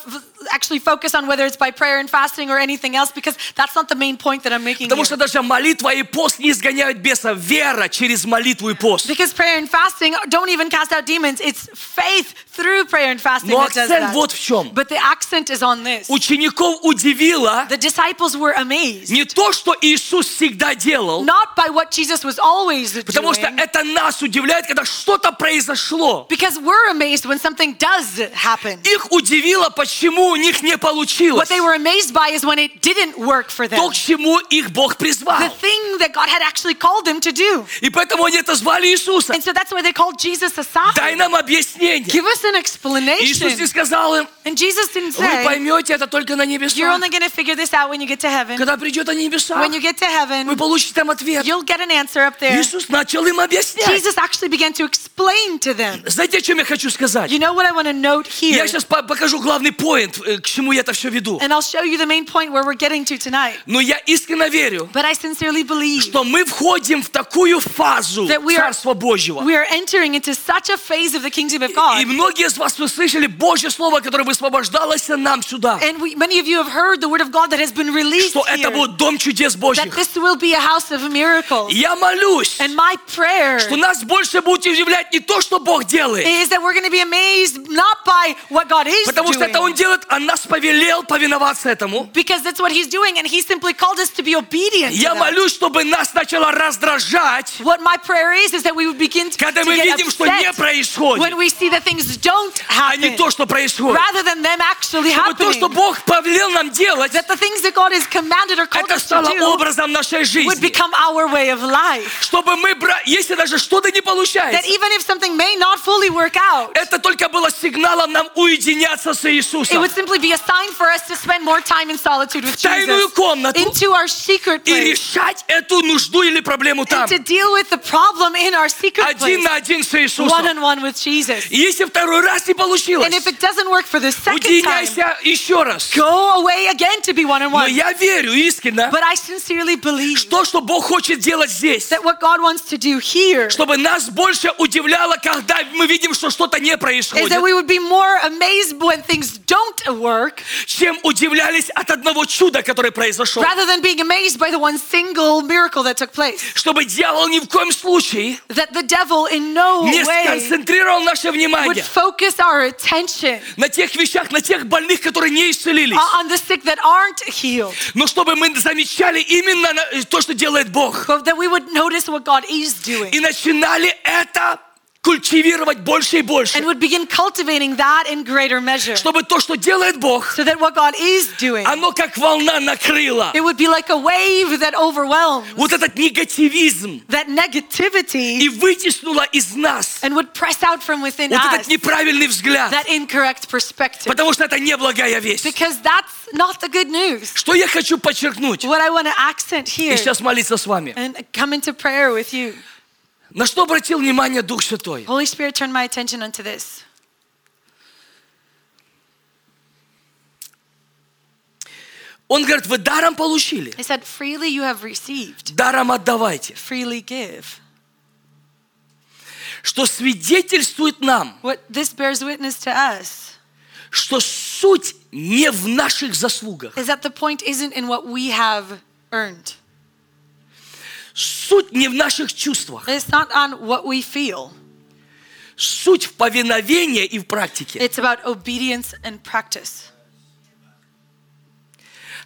[SPEAKER 3] actually focus on whether it's by prayer and fasting or anything else because that's not the main point that I'm making.
[SPEAKER 2] Потому
[SPEAKER 3] here.
[SPEAKER 2] что даже молитва и пост не изгоняют беса. Вера через молитву и пост.
[SPEAKER 3] Because prayer and fasting don't even cast out demons. It's faith through prayer and fasting
[SPEAKER 2] Но
[SPEAKER 3] that does
[SPEAKER 2] акцент
[SPEAKER 3] that.
[SPEAKER 2] вот в чем.
[SPEAKER 3] But the accent is on this.
[SPEAKER 2] Учеников удивило
[SPEAKER 3] The disciples were amazed,
[SPEAKER 2] не то, что Иисус всегда делал,
[SPEAKER 3] not by what Jesus was always
[SPEAKER 2] потому что
[SPEAKER 3] doing,
[SPEAKER 2] это нас удивляет, когда что-то произошло.
[SPEAKER 3] because we're amazed when something does happen.
[SPEAKER 2] Их удивило, почему у них не
[SPEAKER 3] What
[SPEAKER 2] получилось.
[SPEAKER 3] they were amazed by is when it didn't work for
[SPEAKER 2] То,
[SPEAKER 3] them.
[SPEAKER 2] к чему их Бог
[SPEAKER 3] The
[SPEAKER 2] призвал.
[SPEAKER 3] thing that God had actually called them to do.
[SPEAKER 2] И поэтому они это звали Иисуса.
[SPEAKER 3] And so that's why they called Jesus aside.
[SPEAKER 2] Дай нам объяснение.
[SPEAKER 3] Give us
[SPEAKER 2] Иисус
[SPEAKER 3] an
[SPEAKER 2] не
[SPEAKER 3] explanation.
[SPEAKER 2] сказал им,
[SPEAKER 3] And Jesus didn't
[SPEAKER 2] вы
[SPEAKER 3] say,
[SPEAKER 2] поймете это только на
[SPEAKER 3] You're
[SPEAKER 2] небесах.
[SPEAKER 3] only going to figure this out when you get to heaven.
[SPEAKER 2] Когда придет на небеса,
[SPEAKER 3] When you get to heaven,
[SPEAKER 2] вы получите там ответ.
[SPEAKER 3] you'll get an answer up there.
[SPEAKER 2] Иисус начал им объяснять.
[SPEAKER 3] Jesus actually began to explain to them.
[SPEAKER 2] Знаете, о чем я хочу сказать?
[SPEAKER 3] You know what I want to note here?
[SPEAKER 2] Я сейчас покажу главный поинт, э, к чему я это все веду.
[SPEAKER 3] And I'll show you the main point where we're getting to tonight.
[SPEAKER 2] Но я искренне верю,
[SPEAKER 3] But I sincerely believe
[SPEAKER 2] что мы входим в такую фазу
[SPEAKER 3] That we are-
[SPEAKER 2] Царства Божьего.
[SPEAKER 3] we are entering into such a phase of the kingdom of
[SPEAKER 2] И
[SPEAKER 3] God.
[SPEAKER 2] многие из вас вы слышали Божье Слово, которое высвобождалось нам сюда.
[SPEAKER 3] And we, many of you have heard the word of God that has been released
[SPEAKER 2] Что это
[SPEAKER 3] here.
[SPEAKER 2] будет Дом Чудес
[SPEAKER 3] That
[SPEAKER 2] Божьих.
[SPEAKER 3] this will be a house of miracles.
[SPEAKER 2] И Я молюсь,
[SPEAKER 3] And my prayer
[SPEAKER 2] что нас больше будет удивлять не то, что Бог делает,
[SPEAKER 3] is that we're going to be amazed not by what God is
[SPEAKER 2] потому что это Он
[SPEAKER 3] doing.
[SPEAKER 2] делает, а нас повелел повиноваться этому.
[SPEAKER 3] Because that's what he's doing. And he simply called us to be obedient to
[SPEAKER 2] Я
[SPEAKER 3] that.
[SPEAKER 2] молюсь, чтобы нас начало раздражать,
[SPEAKER 3] What my prayer is, is that we would begin to,
[SPEAKER 2] когда
[SPEAKER 3] to
[SPEAKER 2] мы
[SPEAKER 3] get
[SPEAKER 2] видим, что не
[SPEAKER 3] upset when
[SPEAKER 2] происходит,
[SPEAKER 3] we see that things don't
[SPEAKER 2] а
[SPEAKER 3] happen,
[SPEAKER 2] не то, что происходит.
[SPEAKER 3] rather than them actually
[SPEAKER 2] Чтобы то,
[SPEAKER 3] happening.
[SPEAKER 2] что Бог повелел нам делать,
[SPEAKER 3] that the things that God has commanded or called
[SPEAKER 2] это
[SPEAKER 3] us to
[SPEAKER 2] стало
[SPEAKER 3] do
[SPEAKER 2] образом нашей
[SPEAKER 3] would
[SPEAKER 2] жизни.
[SPEAKER 3] become our way of life.
[SPEAKER 2] Чтобы мы, бра- если даже что-то не
[SPEAKER 3] That
[SPEAKER 2] получается,
[SPEAKER 3] even if something may not fully work out,
[SPEAKER 2] это только было сигналом нам уединяться с
[SPEAKER 3] it
[SPEAKER 2] Иисусом
[SPEAKER 3] would simply be a sign for us to spend more time in solitude with
[SPEAKER 2] В тайную
[SPEAKER 3] Jesus,
[SPEAKER 2] комнату
[SPEAKER 3] into our secret
[SPEAKER 2] и
[SPEAKER 3] place,
[SPEAKER 2] решать эту нужду или проблему там.
[SPEAKER 3] and to deal with the problem in our secret
[SPEAKER 2] Один
[SPEAKER 3] place,
[SPEAKER 2] на один с
[SPEAKER 3] one
[SPEAKER 2] Иисусом.
[SPEAKER 3] on one with Jesus.
[SPEAKER 2] И если второй раз не получилось,
[SPEAKER 3] And if it doesn't work for the second time,
[SPEAKER 2] уединяйся еще раз.
[SPEAKER 3] go away again to be one on
[SPEAKER 2] Но
[SPEAKER 3] one.
[SPEAKER 2] я верю искренне,
[SPEAKER 3] But I sincerely believe
[SPEAKER 2] то, что Бог хочет делать здесь,
[SPEAKER 3] that what God wants to do here is
[SPEAKER 2] чтобы нас больше удивляло, когда мы видим, что что-то не
[SPEAKER 3] that
[SPEAKER 2] происходит,
[SPEAKER 3] we would be more amazed when things don't work
[SPEAKER 2] чем удивлялись от одного чуда, которое произошло.
[SPEAKER 3] rather than being amazed by the one single miracle that took place.
[SPEAKER 2] Чтобы дьявол ни в коем случае
[SPEAKER 3] That the devil in no
[SPEAKER 2] не
[SPEAKER 3] way
[SPEAKER 2] сконцентрировал наше
[SPEAKER 3] would
[SPEAKER 2] внимание
[SPEAKER 3] focus our attention
[SPEAKER 2] на тех вещах, на тех больных, которые не исцелились.
[SPEAKER 3] on on the sick that aren't healed,
[SPEAKER 2] Но чтобы мы замечали именно на- то, что делает Бог.
[SPEAKER 3] but that we would notice what God is doing
[SPEAKER 2] И начинали это культивировать больше и
[SPEAKER 3] and
[SPEAKER 2] больше.
[SPEAKER 3] would begin cultivating that in greater measure.
[SPEAKER 2] Чтобы то, что делает Бог,
[SPEAKER 3] So that what God is doing,
[SPEAKER 2] оно как волна накрыло.
[SPEAKER 3] it would be like a wave that overwhelms
[SPEAKER 2] Вот этот негативизм
[SPEAKER 3] that negativity
[SPEAKER 2] и вытеснуло из нас
[SPEAKER 3] and would press out from within
[SPEAKER 2] вот этот
[SPEAKER 3] us
[SPEAKER 2] неправильный взгляд.
[SPEAKER 3] that incorrect perspective.
[SPEAKER 2] Потому что это неблагая весть.
[SPEAKER 3] Because that's not the good news.
[SPEAKER 2] Что я хочу подчеркнуть
[SPEAKER 3] What I want to accent here
[SPEAKER 2] и сейчас молиться с вами.
[SPEAKER 3] and come into prayer with you.
[SPEAKER 2] На что обратил внимание Дух Святой?
[SPEAKER 3] Holy Spirit, turn my attention unto this.
[SPEAKER 2] Он говорит, вы даром получили,
[SPEAKER 3] He said, Freely you have received,
[SPEAKER 2] даром отдавайте.
[SPEAKER 3] freely give.
[SPEAKER 2] Что свидетельствует нам,
[SPEAKER 3] What this bears witness to us
[SPEAKER 2] что суть не в наших заслугах.
[SPEAKER 3] is that the point isn't in what we have earned.
[SPEAKER 2] Суть не в наших чувствах.
[SPEAKER 3] It's not on what we feel.
[SPEAKER 2] Суть в повиновении и в практике.
[SPEAKER 3] It's about obedience and practice.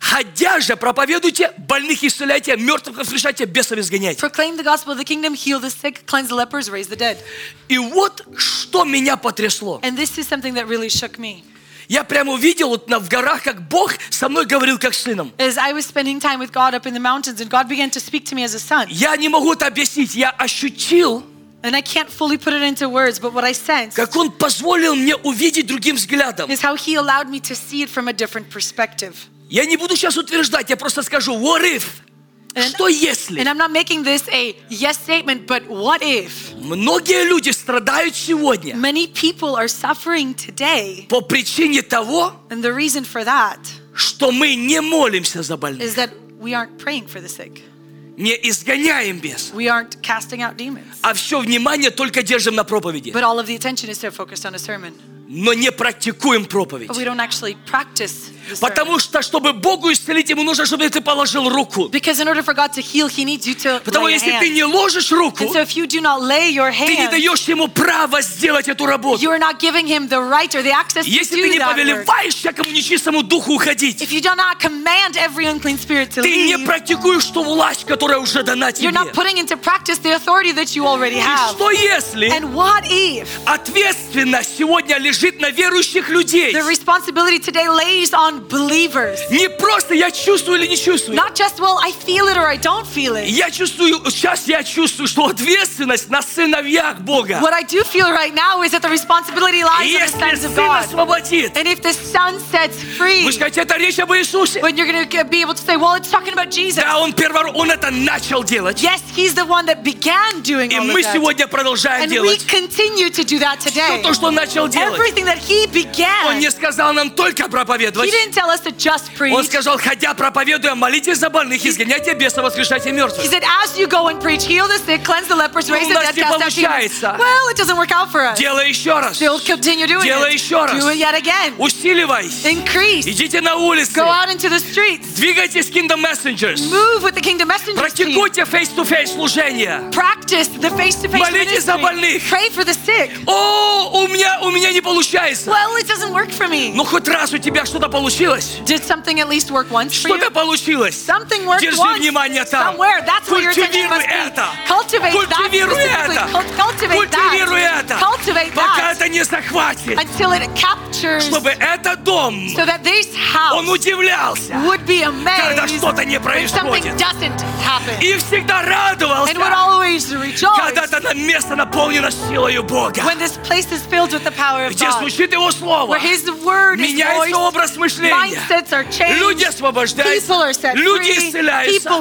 [SPEAKER 2] Ходя же, проповедуйте, больных исцеляйте, мертвых воскрешайте, бесов изгоняйте.
[SPEAKER 3] Proclaim the gospel of the kingdom, heal the sick, cleanse the lepers, raise the dead.
[SPEAKER 2] И вот что меня потрясло.
[SPEAKER 3] And this is something that really shook me.
[SPEAKER 2] Я прямо увидел вот на, в горах, как Бог со мной говорил, как с сыном.
[SPEAKER 3] As I was spending time with God up in the mountains, and God began to speak to me as a son.
[SPEAKER 2] Я не могу это объяснить. Я ощутил,
[SPEAKER 3] And I can't fully put it into words, but what I sense
[SPEAKER 2] как Он позволил мне увидеть другим взглядом.
[SPEAKER 3] is how He allowed me to see it from a different perspective.
[SPEAKER 2] Я не буду сейчас утверждать, я просто скажу, what if?
[SPEAKER 3] And-
[SPEAKER 2] Что если?
[SPEAKER 3] And I'm not making this a yes statement, but what if?
[SPEAKER 2] Многие люди страдают сегодня
[SPEAKER 3] Many people are suffering today,
[SPEAKER 2] по причине того,
[SPEAKER 3] and the reason for that
[SPEAKER 2] что мы не молимся за больных,
[SPEAKER 3] is that we aren't praying for the sick,
[SPEAKER 2] не изгоняем бесов,
[SPEAKER 3] we aren't casting out demons.
[SPEAKER 2] а все внимание только держим на проповеди,
[SPEAKER 3] But all of the attention is so focused on a sermon.
[SPEAKER 2] но не практикуем
[SPEAKER 3] But we
[SPEAKER 2] проповедь.
[SPEAKER 3] don't actually practice the sermon.
[SPEAKER 2] Потому что, чтобы Богу исцелить, Ему нужно, чтобы ты положил руку.
[SPEAKER 3] Because in order for God to heal, He needs you to
[SPEAKER 2] Потому
[SPEAKER 3] lay your
[SPEAKER 2] если ты
[SPEAKER 3] hand.
[SPEAKER 2] не ложишь руку,
[SPEAKER 3] And so if you do not lay your
[SPEAKER 2] ты не
[SPEAKER 3] hand,
[SPEAKER 2] даешь Ему право сделать эту
[SPEAKER 3] You
[SPEAKER 2] работу.
[SPEAKER 3] are not giving him the right or the access
[SPEAKER 2] Если
[SPEAKER 3] to
[SPEAKER 2] ты
[SPEAKER 3] do
[SPEAKER 2] не
[SPEAKER 3] that work.
[SPEAKER 2] повелеваешь всякому нечистому духу уходить,
[SPEAKER 3] If you do not command every unclean spirit to
[SPEAKER 2] ты не
[SPEAKER 3] leave,
[SPEAKER 2] практикуешь ту власть, которая уже дана тебе.
[SPEAKER 3] you're not
[SPEAKER 2] И
[SPEAKER 3] putting into practice the authority that you already have.
[SPEAKER 2] что если
[SPEAKER 3] And what if
[SPEAKER 2] ответственность сегодня лежит на верующих людей.
[SPEAKER 3] The responsibility today lays on believers.
[SPEAKER 2] Не просто я чувствую или не чувствую.
[SPEAKER 3] Not just, well, I feel it or I don't feel it.
[SPEAKER 2] Я чувствую, сейчас я чувствую, что ответственность на сыновьях Бога.
[SPEAKER 3] What I do feel right now is that the responsibility
[SPEAKER 2] И
[SPEAKER 3] lies on the
[SPEAKER 2] Если
[SPEAKER 3] sons of
[SPEAKER 2] сын
[SPEAKER 3] God.
[SPEAKER 2] освободит,
[SPEAKER 3] And if the son sets free,
[SPEAKER 2] вы скажете, это речь об Иисусе.
[SPEAKER 3] when you're going to be able to say, well, it's talking about Jesus.
[SPEAKER 2] Да, он первород, он это начал делать.
[SPEAKER 3] Yes, he's the one that began doing
[SPEAKER 2] И
[SPEAKER 3] all of
[SPEAKER 2] мы
[SPEAKER 3] that.
[SPEAKER 2] сегодня продолжаем
[SPEAKER 3] And we
[SPEAKER 2] делать.
[SPEAKER 3] continue to do that
[SPEAKER 2] Все
[SPEAKER 3] today.
[SPEAKER 2] то, что он начал делать.
[SPEAKER 3] Everything that he
[SPEAKER 2] Он
[SPEAKER 3] began,
[SPEAKER 2] не
[SPEAKER 3] he
[SPEAKER 2] сказал нам только проповедовать.
[SPEAKER 3] didn't tell us to just
[SPEAKER 2] Он
[SPEAKER 3] preach.
[SPEAKER 2] сказал, ходя проповедуя, молитесь за больных, изгоняйте бесов, воскрешайте
[SPEAKER 3] He
[SPEAKER 2] мертвых.
[SPEAKER 3] said, as you go and preach, heal the sick, cleanse the lepers,
[SPEAKER 2] Ну,
[SPEAKER 3] raise the
[SPEAKER 2] у нас
[SPEAKER 3] dead,
[SPEAKER 2] не
[SPEAKER 3] cast out demons.
[SPEAKER 2] получается.
[SPEAKER 3] Well, it doesn't work out for us.
[SPEAKER 2] Делай еще раз.
[SPEAKER 3] Still continue doing
[SPEAKER 2] Делай
[SPEAKER 3] it.
[SPEAKER 2] еще раз.
[SPEAKER 3] Do it yet again.
[SPEAKER 2] Усиливай.
[SPEAKER 3] Increase.
[SPEAKER 2] Идите на улицы.
[SPEAKER 3] Go out into the streets.
[SPEAKER 2] Двигайтесь Kingdom Messengers.
[SPEAKER 3] Move with the kingdom messengers team.
[SPEAKER 2] Практикуйте face-to-face служение.
[SPEAKER 3] Practice the face-to-face
[SPEAKER 2] Молитесь за
[SPEAKER 3] ministry.
[SPEAKER 2] больных.
[SPEAKER 3] Pray for the sick.
[SPEAKER 2] О, у меня, у меня не получается.
[SPEAKER 3] Well, it doesn't work for me.
[SPEAKER 2] Ну хоть раз у тебя что-то получилось.
[SPEAKER 3] Did something at least work once for
[SPEAKER 2] Что-то
[SPEAKER 3] you?
[SPEAKER 2] получилось.
[SPEAKER 3] Something worked
[SPEAKER 2] Держи
[SPEAKER 3] once
[SPEAKER 2] внимание там.
[SPEAKER 3] somewhere. That's where your attention
[SPEAKER 2] Культивируй
[SPEAKER 3] must
[SPEAKER 2] это.
[SPEAKER 3] be. Cultivate that
[SPEAKER 2] Культивируй
[SPEAKER 3] specifically.
[SPEAKER 2] это.
[SPEAKER 3] Cult- cultivate
[SPEAKER 2] Культивируй
[SPEAKER 3] that.
[SPEAKER 2] это.
[SPEAKER 3] Cultivate
[SPEAKER 2] Пока
[SPEAKER 3] that
[SPEAKER 2] это не захватит.
[SPEAKER 3] until it captures
[SPEAKER 2] Чтобы этот дом,
[SPEAKER 3] so that this house
[SPEAKER 2] он удивлялся,
[SPEAKER 3] would be
[SPEAKER 2] когда
[SPEAKER 3] amazed
[SPEAKER 2] что-то не
[SPEAKER 3] when something
[SPEAKER 2] происходит.
[SPEAKER 3] doesn't happen
[SPEAKER 2] И всегда
[SPEAKER 3] and would
[SPEAKER 2] радовался,
[SPEAKER 3] always rejoice
[SPEAKER 2] когда это место наполнено силою Бога.
[SPEAKER 3] when this place is filled with the power of
[SPEAKER 2] Где
[SPEAKER 3] God,
[SPEAKER 2] звучит Его Слово.
[SPEAKER 3] where His word is
[SPEAKER 2] Меняется
[SPEAKER 3] voiced,
[SPEAKER 2] образ мышления.
[SPEAKER 3] mindsets are
[SPEAKER 2] Люди
[SPEAKER 3] changed, people are
[SPEAKER 2] освобождаются,
[SPEAKER 3] set
[SPEAKER 2] люди
[SPEAKER 3] free, people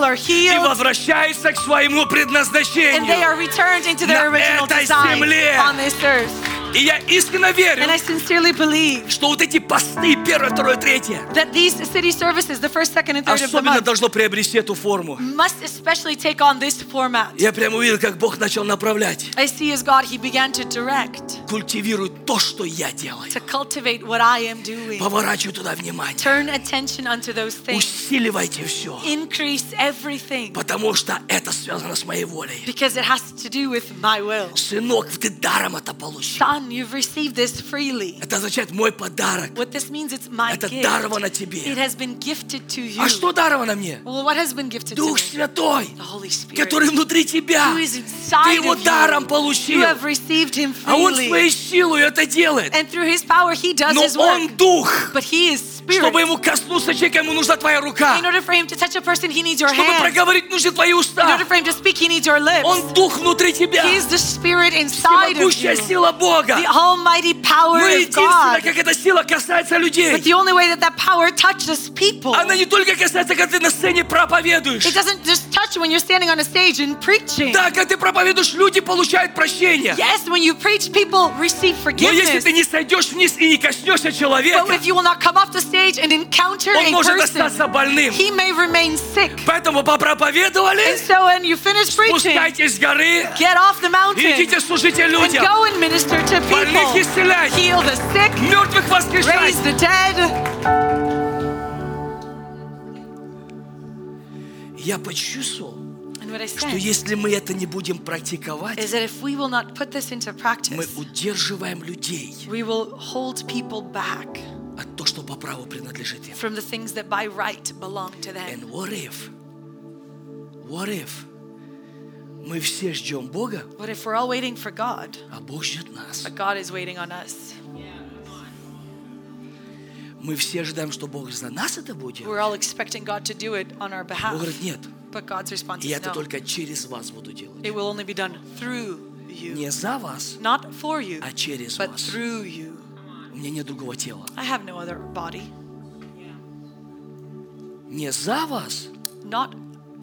[SPEAKER 3] are
[SPEAKER 2] исцеляются и
[SPEAKER 3] healed,
[SPEAKER 2] возвращаются к своему
[SPEAKER 3] and they are
[SPEAKER 2] предназначению.
[SPEAKER 3] returned into their
[SPEAKER 2] На
[SPEAKER 3] original
[SPEAKER 2] этой
[SPEAKER 3] design
[SPEAKER 2] земле.
[SPEAKER 3] on this earth.
[SPEAKER 2] И я искренне
[SPEAKER 3] And I
[SPEAKER 2] верю,
[SPEAKER 3] sincerely believe
[SPEAKER 2] что вот эти посты, первое, второе, третье,
[SPEAKER 3] that these city services, the first, second, and third of the
[SPEAKER 2] особенно
[SPEAKER 3] month,
[SPEAKER 2] должно приобрести эту форму.
[SPEAKER 3] must especially take on this format.
[SPEAKER 2] Я прям увидел, как Бог начал направлять.
[SPEAKER 3] I see as God, He began to direct,
[SPEAKER 2] Культивируй то, что я делаю.
[SPEAKER 3] to cultivate what I am doing.
[SPEAKER 2] Поворачивай туда внимание.
[SPEAKER 3] Turn attention unto those things.
[SPEAKER 2] Усиливайте все.
[SPEAKER 3] Increase everything
[SPEAKER 2] Потому что это связано с моей волей.
[SPEAKER 3] because it has to do with my will.
[SPEAKER 2] Сынок, ты даром это получил.
[SPEAKER 3] Son, you've received this freely.
[SPEAKER 2] Это означает мой подарок.
[SPEAKER 3] What this means, it's my
[SPEAKER 2] Это
[SPEAKER 3] gift.
[SPEAKER 2] даровано
[SPEAKER 3] It
[SPEAKER 2] тебе.
[SPEAKER 3] has been gifted to you.
[SPEAKER 2] А что даровано мне?
[SPEAKER 3] Well, what has been gifted to
[SPEAKER 2] Дух
[SPEAKER 3] me?
[SPEAKER 2] Святой,
[SPEAKER 3] The Holy Spirit.
[SPEAKER 2] который внутри тебя.
[SPEAKER 3] Who is inside
[SPEAKER 2] Ты его
[SPEAKER 3] of you.
[SPEAKER 2] даром
[SPEAKER 3] You
[SPEAKER 2] получил.
[SPEAKER 3] have received Him
[SPEAKER 2] А он
[SPEAKER 3] freely.
[SPEAKER 2] своей силой это делает.
[SPEAKER 3] and through His power, He does
[SPEAKER 2] Но
[SPEAKER 3] His
[SPEAKER 2] он
[SPEAKER 3] work.
[SPEAKER 2] дух.
[SPEAKER 3] But He is Spirit.
[SPEAKER 2] Чтобы ему коснуться человека, ему нужна твоя
[SPEAKER 3] In
[SPEAKER 2] рука.
[SPEAKER 3] order for Him to touch a person, He needs your
[SPEAKER 2] Чтобы
[SPEAKER 3] hand.
[SPEAKER 2] проговорить, нужны твои
[SPEAKER 3] In
[SPEAKER 2] уста.
[SPEAKER 3] order for Him to speak, He needs your lips.
[SPEAKER 2] Он дух внутри тебя.
[SPEAKER 3] He is the Spirit inside of
[SPEAKER 2] Всемогущая
[SPEAKER 3] you.
[SPEAKER 2] сила Бога.
[SPEAKER 3] The almighty power
[SPEAKER 2] Но
[SPEAKER 3] of
[SPEAKER 2] единственное,
[SPEAKER 3] God.
[SPEAKER 2] как эта сила касается
[SPEAKER 3] But
[SPEAKER 2] людей,
[SPEAKER 3] the only way that that power touches people,
[SPEAKER 2] она
[SPEAKER 3] it
[SPEAKER 2] не только касается, когда ты на сцене проповедуешь.
[SPEAKER 3] doesn't just touch when you're standing on a stage and preaching.
[SPEAKER 2] Да, когда ты проповедуешь, люди получают прощение.
[SPEAKER 3] Yes, when you preach, people receive
[SPEAKER 2] Но если
[SPEAKER 3] forgiveness.
[SPEAKER 2] ты не сойдешь вниз и не коснешься человека,
[SPEAKER 3] But if you will not come off the stage and encounter
[SPEAKER 2] он
[SPEAKER 3] a
[SPEAKER 2] может остаться
[SPEAKER 3] person,
[SPEAKER 2] больным.
[SPEAKER 3] he may remain sick.
[SPEAKER 2] Поэтому
[SPEAKER 3] And
[SPEAKER 2] попроповедовали,
[SPEAKER 3] so when you finish preaching,
[SPEAKER 2] спускайтесь с горы,
[SPEAKER 3] get off the mountain
[SPEAKER 2] идите служите
[SPEAKER 3] and
[SPEAKER 2] людям.
[SPEAKER 3] go and minister to
[SPEAKER 2] Больных
[SPEAKER 3] people.
[SPEAKER 2] исцеляйте,
[SPEAKER 3] Heal the sick,
[SPEAKER 2] мертвых
[SPEAKER 3] raise
[SPEAKER 2] воскрешайте.
[SPEAKER 3] the dead.
[SPEAKER 2] Я почувствовал,
[SPEAKER 3] And what I
[SPEAKER 2] что
[SPEAKER 3] said
[SPEAKER 2] если мы это не будем практиковать,
[SPEAKER 3] is that if we will not put this into
[SPEAKER 2] мы
[SPEAKER 3] practice,
[SPEAKER 2] удерживаем людей
[SPEAKER 3] we will hold people back
[SPEAKER 2] от того, что по праву принадлежит им.
[SPEAKER 3] from the things that by right belong to them.
[SPEAKER 2] And what if? What if? Мы все ждем Бога,
[SPEAKER 3] What if we're all waiting for God,
[SPEAKER 2] а Бог ждет нас.
[SPEAKER 3] but God is waiting on us?
[SPEAKER 2] Мы все ожидаем, что Бог за нас это будет.
[SPEAKER 3] We're all expecting God to do it on our
[SPEAKER 2] Бог
[SPEAKER 3] behalf,
[SPEAKER 2] говорит, нет,
[SPEAKER 3] but God's response
[SPEAKER 2] я
[SPEAKER 3] is
[SPEAKER 2] это
[SPEAKER 3] no.
[SPEAKER 2] только через вас буду делать.
[SPEAKER 3] It will only be done through you,
[SPEAKER 2] Не за вас,
[SPEAKER 3] not for you,
[SPEAKER 2] а через
[SPEAKER 3] but
[SPEAKER 2] вас.
[SPEAKER 3] through you.
[SPEAKER 2] У меня нет другого тела.
[SPEAKER 3] I have no other body,
[SPEAKER 2] Не за вас,
[SPEAKER 3] not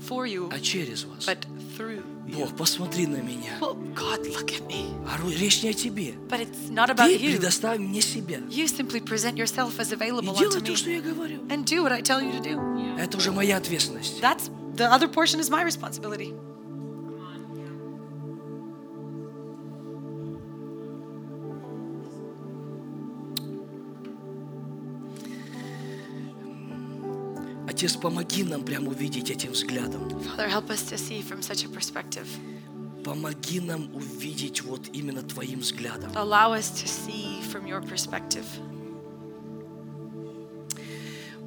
[SPEAKER 3] for you,
[SPEAKER 2] а через вас.
[SPEAKER 3] but through.
[SPEAKER 2] Бог, посмотри на меня.
[SPEAKER 3] Well, God, look at me.
[SPEAKER 2] А ру- речь не о тебе.
[SPEAKER 3] But it's not about
[SPEAKER 2] Ты
[SPEAKER 3] you.
[SPEAKER 2] предоставь мне себя.
[SPEAKER 3] You simply present yourself as
[SPEAKER 2] И
[SPEAKER 3] available unto
[SPEAKER 2] делай то,
[SPEAKER 3] me
[SPEAKER 2] что я говорю.
[SPEAKER 3] and do what I tell you to do.
[SPEAKER 2] Это уже моя ответственность.
[SPEAKER 3] That's the other portion is my responsibility.
[SPEAKER 2] Отец, помоги нам прямо увидеть этим взглядом.
[SPEAKER 3] Father, help us to see from such a perspective.
[SPEAKER 2] Помоги нам увидеть вот именно твоим взглядом.
[SPEAKER 3] Allow us to see from your perspective.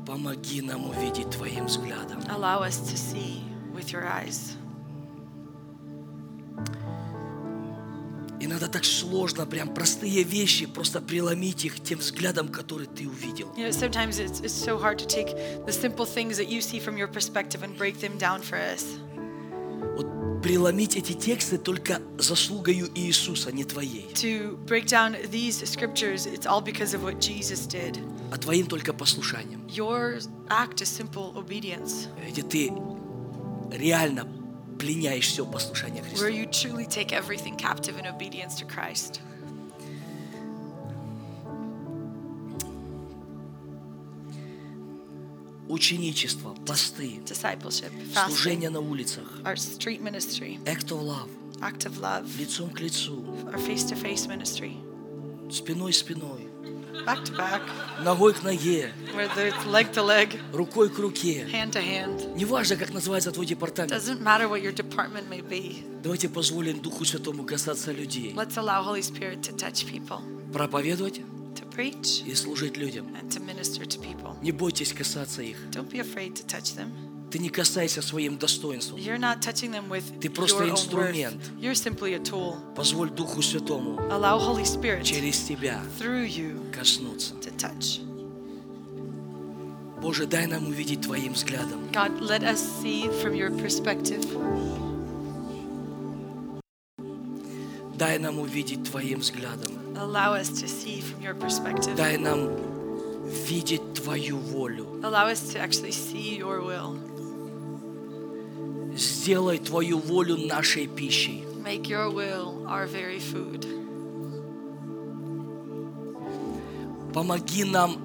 [SPEAKER 2] Помоги нам увидеть твоим взглядом.
[SPEAKER 3] Allow us to see with your eyes.
[SPEAKER 2] Иногда Иногда так сложно, прям простые вещи, просто преломить их тем взглядом, который ты увидел.
[SPEAKER 3] You know, sometimes it's, it's so hard to take the simple things that you see from your perspective and break them down for us.
[SPEAKER 2] Вот преломить эти тексты только заслугою Иисуса, не твоей,
[SPEAKER 3] To break down these scriptures, it's all because of what Jesus did.
[SPEAKER 2] а твоим только послушанием,
[SPEAKER 3] Your act is simple obedience,
[SPEAKER 2] где ты реально пленяешь все послушание
[SPEAKER 3] where
[SPEAKER 2] Христа.
[SPEAKER 3] you truly take everything captive in obedience to Christ.
[SPEAKER 2] Ученичество, посты,
[SPEAKER 3] Discipleship, fasting,
[SPEAKER 2] служение на улицах,
[SPEAKER 3] our street ministry,
[SPEAKER 2] act of love,
[SPEAKER 3] act of love,
[SPEAKER 2] лицом к лицу,
[SPEAKER 3] our face to face ministry,
[SPEAKER 2] спиной к спиной,
[SPEAKER 3] back to back,
[SPEAKER 2] ногой к ноге,
[SPEAKER 3] whether it's leg to leg,
[SPEAKER 2] рукой к руке.
[SPEAKER 3] hand to hand.
[SPEAKER 2] Неважно, как называется твой департамент.
[SPEAKER 3] Doesn't matter what your department may be.
[SPEAKER 2] Давайте позволим Духу Святому касаться людей,
[SPEAKER 3] Let's allow Holy Spirit to touch people,
[SPEAKER 2] проповедовать
[SPEAKER 3] to preach,
[SPEAKER 2] и служить людям.
[SPEAKER 3] and to minister to people.
[SPEAKER 2] Не бойтесь касаться их.
[SPEAKER 3] Don't be afraid to touch them.
[SPEAKER 2] Ты не касайся своим достоинством.
[SPEAKER 3] You're not touching them with
[SPEAKER 2] Ты просто
[SPEAKER 3] your own
[SPEAKER 2] инструмент.
[SPEAKER 3] worth. You're simply a tool.
[SPEAKER 2] Позволь Духу Святому
[SPEAKER 3] Allow Holy Spirit
[SPEAKER 2] через тебя
[SPEAKER 3] through you
[SPEAKER 2] коснуться.
[SPEAKER 3] to touch.
[SPEAKER 2] Боже, дай нам увидеть Твоим взглядом.
[SPEAKER 3] God, let us see from your perspective.
[SPEAKER 2] Дай нам увидеть Твоим взглядом.
[SPEAKER 3] Allow us to see from your perspective.
[SPEAKER 2] Дай нам видеть Твою волю.
[SPEAKER 3] Allow us to actually see your will.
[SPEAKER 2] Сделай Твою волю нашей пищей.
[SPEAKER 3] Make your will our very food.
[SPEAKER 2] Помоги нам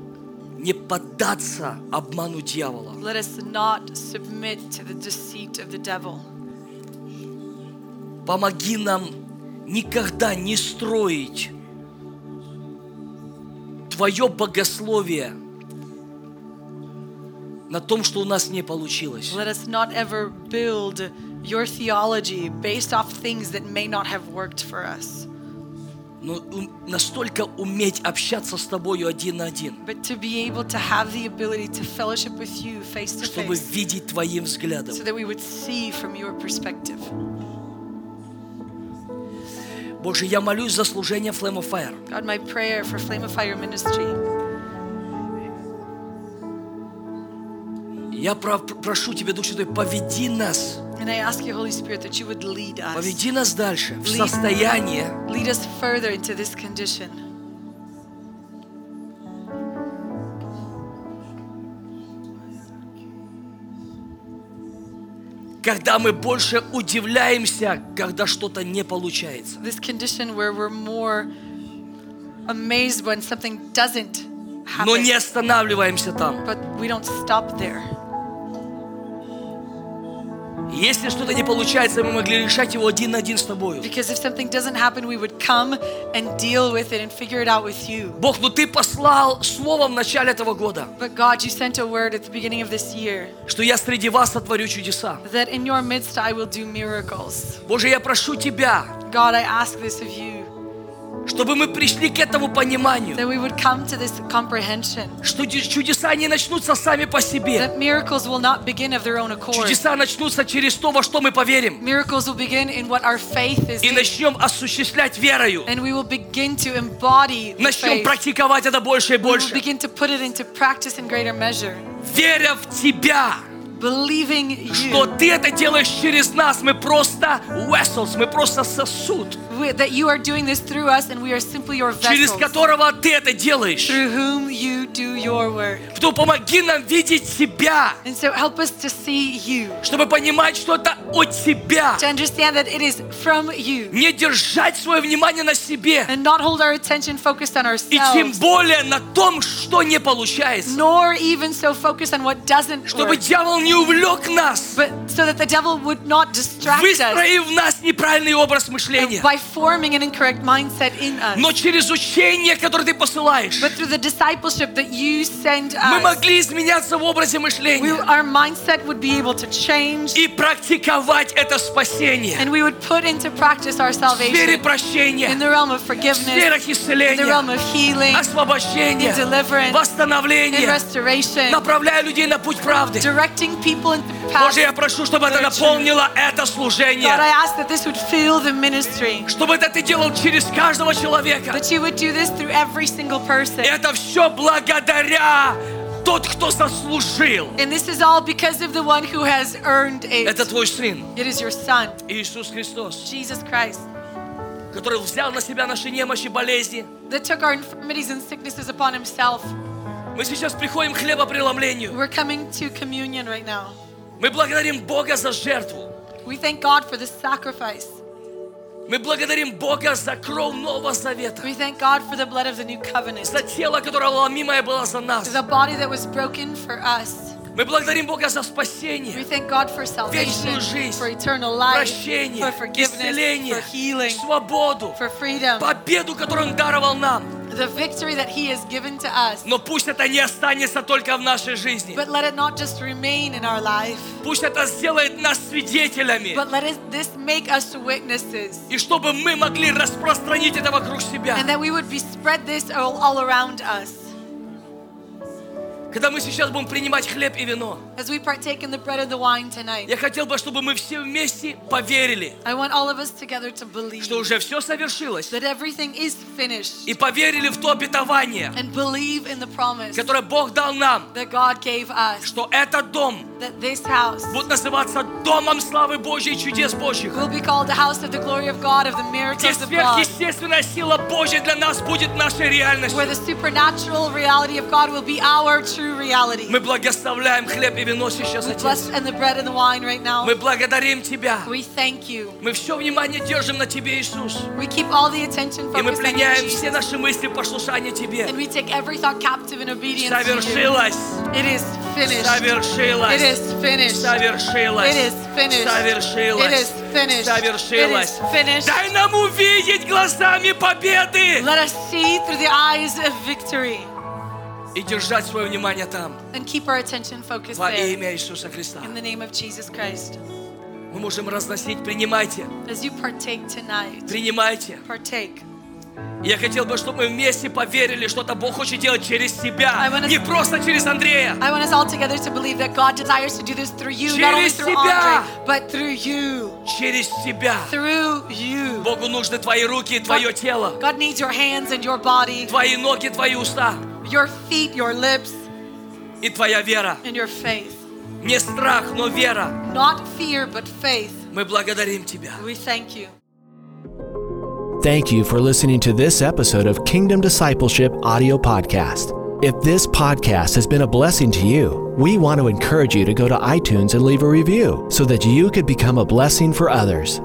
[SPEAKER 2] не поддаться обману дьявола.
[SPEAKER 3] Let us not submit to the deceit of the devil.
[SPEAKER 2] Помоги нам никогда не строить Твое богословие на том, что у нас не получилось.
[SPEAKER 3] Let us not ever build your theology based off things that may not have worked for us,
[SPEAKER 2] Но ум- настолько уметь общаться с тобою один на один,
[SPEAKER 3] but to be able to have the ability to fellowship with you face to
[SPEAKER 2] чтобы
[SPEAKER 3] face
[SPEAKER 2] видеть твоим взглядом.
[SPEAKER 3] so that we would see from your perspective.
[SPEAKER 2] Боже, я молюсь за служение Flame of Fire.
[SPEAKER 3] God, my prayer for Flame of Fire Ministry,
[SPEAKER 2] Я про- прошу Тебя, Дух Святой, поведи нас,
[SPEAKER 3] and I ask you, Holy Spirit, that you would lead us.
[SPEAKER 2] поведи нас дальше в
[SPEAKER 3] Lead.
[SPEAKER 2] состояние,
[SPEAKER 3] Lead us further into this condition
[SPEAKER 2] когда мы больше удивляемся, когда что-то не получается.
[SPEAKER 3] this condition where we're more amazed when something doesn't
[SPEAKER 2] Но не
[SPEAKER 3] happen,
[SPEAKER 2] останавливаемся там.
[SPEAKER 3] but we don't stop there.
[SPEAKER 2] Если что-то не получается, мы могли решать его один на один с тобою.
[SPEAKER 3] Because if something doesn't happen, we would come and deal with it and figure it out with you.
[SPEAKER 2] Бог, ну Ты послал слово в начале этого года,
[SPEAKER 3] But God, you sent a word at the beginning of this year
[SPEAKER 2] что я среди вас сотворю чудеса.
[SPEAKER 3] that in your midst I will do miracles.
[SPEAKER 2] Боже, я прошу Тебя,
[SPEAKER 3] God, I ask this of you
[SPEAKER 2] чтобы мы пришли к этому пониманию,
[SPEAKER 3] that we would come to this comprehension
[SPEAKER 2] что ди- чудеса не начнутся сами по себе.
[SPEAKER 3] that miracles will not begin of their own accord.
[SPEAKER 2] Чудеса начнутся через то, во что мы поверим.
[SPEAKER 3] Miracles will begin in what our faith is
[SPEAKER 2] И
[SPEAKER 3] in,
[SPEAKER 2] начнем осуществлять верою.
[SPEAKER 3] and we will begin to embody the
[SPEAKER 2] Начнем
[SPEAKER 3] faith.
[SPEAKER 2] практиковать это больше и
[SPEAKER 3] We will
[SPEAKER 2] больше.
[SPEAKER 3] begin to put it into practice in greater measure.
[SPEAKER 2] Веря в Тебя,
[SPEAKER 3] Believing
[SPEAKER 2] что
[SPEAKER 3] you,
[SPEAKER 2] Ты это делаешь через нас. Мы просто vessels, мы просто сосуд,
[SPEAKER 3] we- that you are doing this through us and we are simply your
[SPEAKER 2] через
[SPEAKER 3] vessels.
[SPEAKER 2] которого Ты это делаешь.
[SPEAKER 3] through whom you do your work.
[SPEAKER 2] Кто помоги нам видеть себя,
[SPEAKER 3] And so help us to see you,
[SPEAKER 2] чтобы понимать, что это от Тебя.
[SPEAKER 3] to understand that it is from you,
[SPEAKER 2] Не держать свое внимание на себе.
[SPEAKER 3] and not hold our attention focused on
[SPEAKER 2] И тем
[SPEAKER 3] ourselves,
[SPEAKER 2] более на том, что не получается.
[SPEAKER 3] nor even so focused on what doesn't
[SPEAKER 2] Чтобы
[SPEAKER 3] work,
[SPEAKER 2] дьявол не увлек нас,
[SPEAKER 3] but so that the devil would not distract us
[SPEAKER 2] выстроив в нас неправильный образ мышления.
[SPEAKER 3] by forming an incorrect mindset in
[SPEAKER 2] Но
[SPEAKER 3] us.
[SPEAKER 2] через учение, которое ты посылаешь,
[SPEAKER 3] But through the discipleship that you send
[SPEAKER 2] мы
[SPEAKER 3] us,
[SPEAKER 2] могли изменяться в образе
[SPEAKER 3] we,
[SPEAKER 2] мышления
[SPEAKER 3] our mindset would be able to change,
[SPEAKER 2] и практиковать это спасение
[SPEAKER 3] and we would put into practice our
[SPEAKER 2] в сфере
[SPEAKER 3] salvation in
[SPEAKER 2] прощения,
[SPEAKER 3] the realm of
[SPEAKER 2] в сферах
[SPEAKER 3] forgiveness, in the realm
[SPEAKER 2] исцеления,
[SPEAKER 3] of healing, in
[SPEAKER 2] освобождения,
[SPEAKER 3] deliverance, in
[SPEAKER 2] восстановления,
[SPEAKER 3] restoration,
[SPEAKER 2] направляя людей на путь правды.
[SPEAKER 3] directing of people in the past.
[SPEAKER 2] Боже, я прошу, чтобы это наполнило это
[SPEAKER 3] God, I
[SPEAKER 2] служение.
[SPEAKER 3] ask that this would fill the ministry.
[SPEAKER 2] Чтобы это ты делал через каждого человека.
[SPEAKER 3] That you would do this through every single person.
[SPEAKER 2] И это все благодаря тот, кто заслужил.
[SPEAKER 3] And this is all because of the one who has earned it.
[SPEAKER 2] Это твой сын,
[SPEAKER 3] It is your son,
[SPEAKER 2] Иисус Христос,
[SPEAKER 3] Jesus Christ,
[SPEAKER 2] который взял на себя наши немощи, болезни.
[SPEAKER 3] that took our infirmities and sicknesses upon himself.
[SPEAKER 2] Мы сейчас приходим к хлебопреломлению.
[SPEAKER 3] We're coming to communion right now.
[SPEAKER 2] Мы благодарим Бога за жертву.
[SPEAKER 3] We thank God for this sacrifice.
[SPEAKER 2] Мы благодарим Бога за кровь Нового Завета.
[SPEAKER 3] We thank God for the blood of the new covenant,
[SPEAKER 2] За тело, которое ломимое было за нас.
[SPEAKER 3] the body that was broken for us.
[SPEAKER 2] Мы благодарим Бога за
[SPEAKER 3] We
[SPEAKER 2] спасение,
[SPEAKER 3] thank God for salvation,
[SPEAKER 2] Вечную жизнь,
[SPEAKER 3] for eternal life,
[SPEAKER 2] прощение,
[SPEAKER 3] for forgiveness,
[SPEAKER 2] исцеление,
[SPEAKER 3] for healing,
[SPEAKER 2] свободу,
[SPEAKER 3] for freedom,
[SPEAKER 2] победу, которую Он даровал нам.
[SPEAKER 3] the victory that He has given to us.
[SPEAKER 2] Но пусть это не останется только в нашей жизни.
[SPEAKER 3] But let it not just remain in our life,
[SPEAKER 2] Пусть это сделает нас свидетелями.
[SPEAKER 3] but let it, this make us witnesses,
[SPEAKER 2] И чтобы мы могли распространить это вокруг себя.
[SPEAKER 3] and that we would be spread this all, all around us.
[SPEAKER 2] Когда мы сейчас будем принимать хлеб и вино,
[SPEAKER 3] As we partake in the bread and the wine tonight,
[SPEAKER 2] я хотел бы, чтобы мы все вместе поверили,
[SPEAKER 3] I want all of us together to believe
[SPEAKER 2] что уже все совершилось.
[SPEAKER 3] that everything is finished
[SPEAKER 2] И поверили в то обетование,
[SPEAKER 3] and believe in the promise
[SPEAKER 2] которое Бог дал нам,
[SPEAKER 3] that God gave us,
[SPEAKER 2] что этот дом
[SPEAKER 3] that this house
[SPEAKER 2] будет называться Домом Славы Божьей и Чудес Божьих.
[SPEAKER 3] will be called the house of the glory of God, of the
[SPEAKER 2] Где
[SPEAKER 3] miracles of God,
[SPEAKER 2] сверхъестественная сила Божья для нас будет нашей
[SPEAKER 3] where
[SPEAKER 2] реальностью.
[SPEAKER 3] the supernatural reality of God will be our true reality.
[SPEAKER 2] Мы благословляем хлеб и вино сейчас, Отец.
[SPEAKER 3] Bless and the bread and the wine right now.
[SPEAKER 2] Мы благодарим Тебя.
[SPEAKER 3] We thank you.
[SPEAKER 2] Мы все внимание держим на Тебе, Иисус.
[SPEAKER 3] We keep all the attention
[SPEAKER 2] И мы
[SPEAKER 3] focused on you,
[SPEAKER 2] пленяем все
[SPEAKER 3] Jesus,
[SPEAKER 2] наши мысли в послушание Тебе.
[SPEAKER 3] and we take every thought captive in obedience to you.
[SPEAKER 2] Совершилось!
[SPEAKER 3] It is finished. It
[SPEAKER 2] Совершилось!
[SPEAKER 3] is finished.
[SPEAKER 2] Совершилось!
[SPEAKER 3] It is finished. It
[SPEAKER 2] Совершилось!
[SPEAKER 3] is finished.
[SPEAKER 2] Совершилось!
[SPEAKER 3] It is finished.
[SPEAKER 2] Дай нам увидеть глазами победы!
[SPEAKER 3] Let us see through the eyes of victory
[SPEAKER 2] И держать свое внимание там.
[SPEAKER 3] and keep our attention focused
[SPEAKER 2] Во
[SPEAKER 3] there.
[SPEAKER 2] имя Иисуса Христа.
[SPEAKER 3] In the name of Jesus Christ.
[SPEAKER 2] Мы можем разносить. Принимайте.
[SPEAKER 3] As you partake tonight,
[SPEAKER 2] Принимайте.
[SPEAKER 3] partake.
[SPEAKER 2] Я хотел бы, чтобы мы вместе поверили, что-то Бог хочет делать через тебя.
[SPEAKER 3] I wanna-
[SPEAKER 2] Не просто через Андрея.
[SPEAKER 3] I want us all together to believe that God desires to do this through you, not only
[SPEAKER 2] Через
[SPEAKER 3] through
[SPEAKER 2] тебя.
[SPEAKER 3] Andre, but through you.
[SPEAKER 2] Через тебя.
[SPEAKER 3] Through you.
[SPEAKER 2] Богу нужны твои руки и твое тело.
[SPEAKER 3] God needs your hands and your body,
[SPEAKER 2] Твои ноги, твои уста.
[SPEAKER 3] your feet, your lips,
[SPEAKER 2] И твоя вера.
[SPEAKER 3] and your faith.
[SPEAKER 2] Не страх, но вера.
[SPEAKER 3] Not fear, but faith.
[SPEAKER 2] Мы благодарим тебя.
[SPEAKER 3] We thank you.
[SPEAKER 1] Thank you for listening to this episode of Kingdom Discipleship Audio Podcast. If this podcast has been a blessing to you, we want to encourage you to go to iTunes and leave a review so that you could become a blessing for others.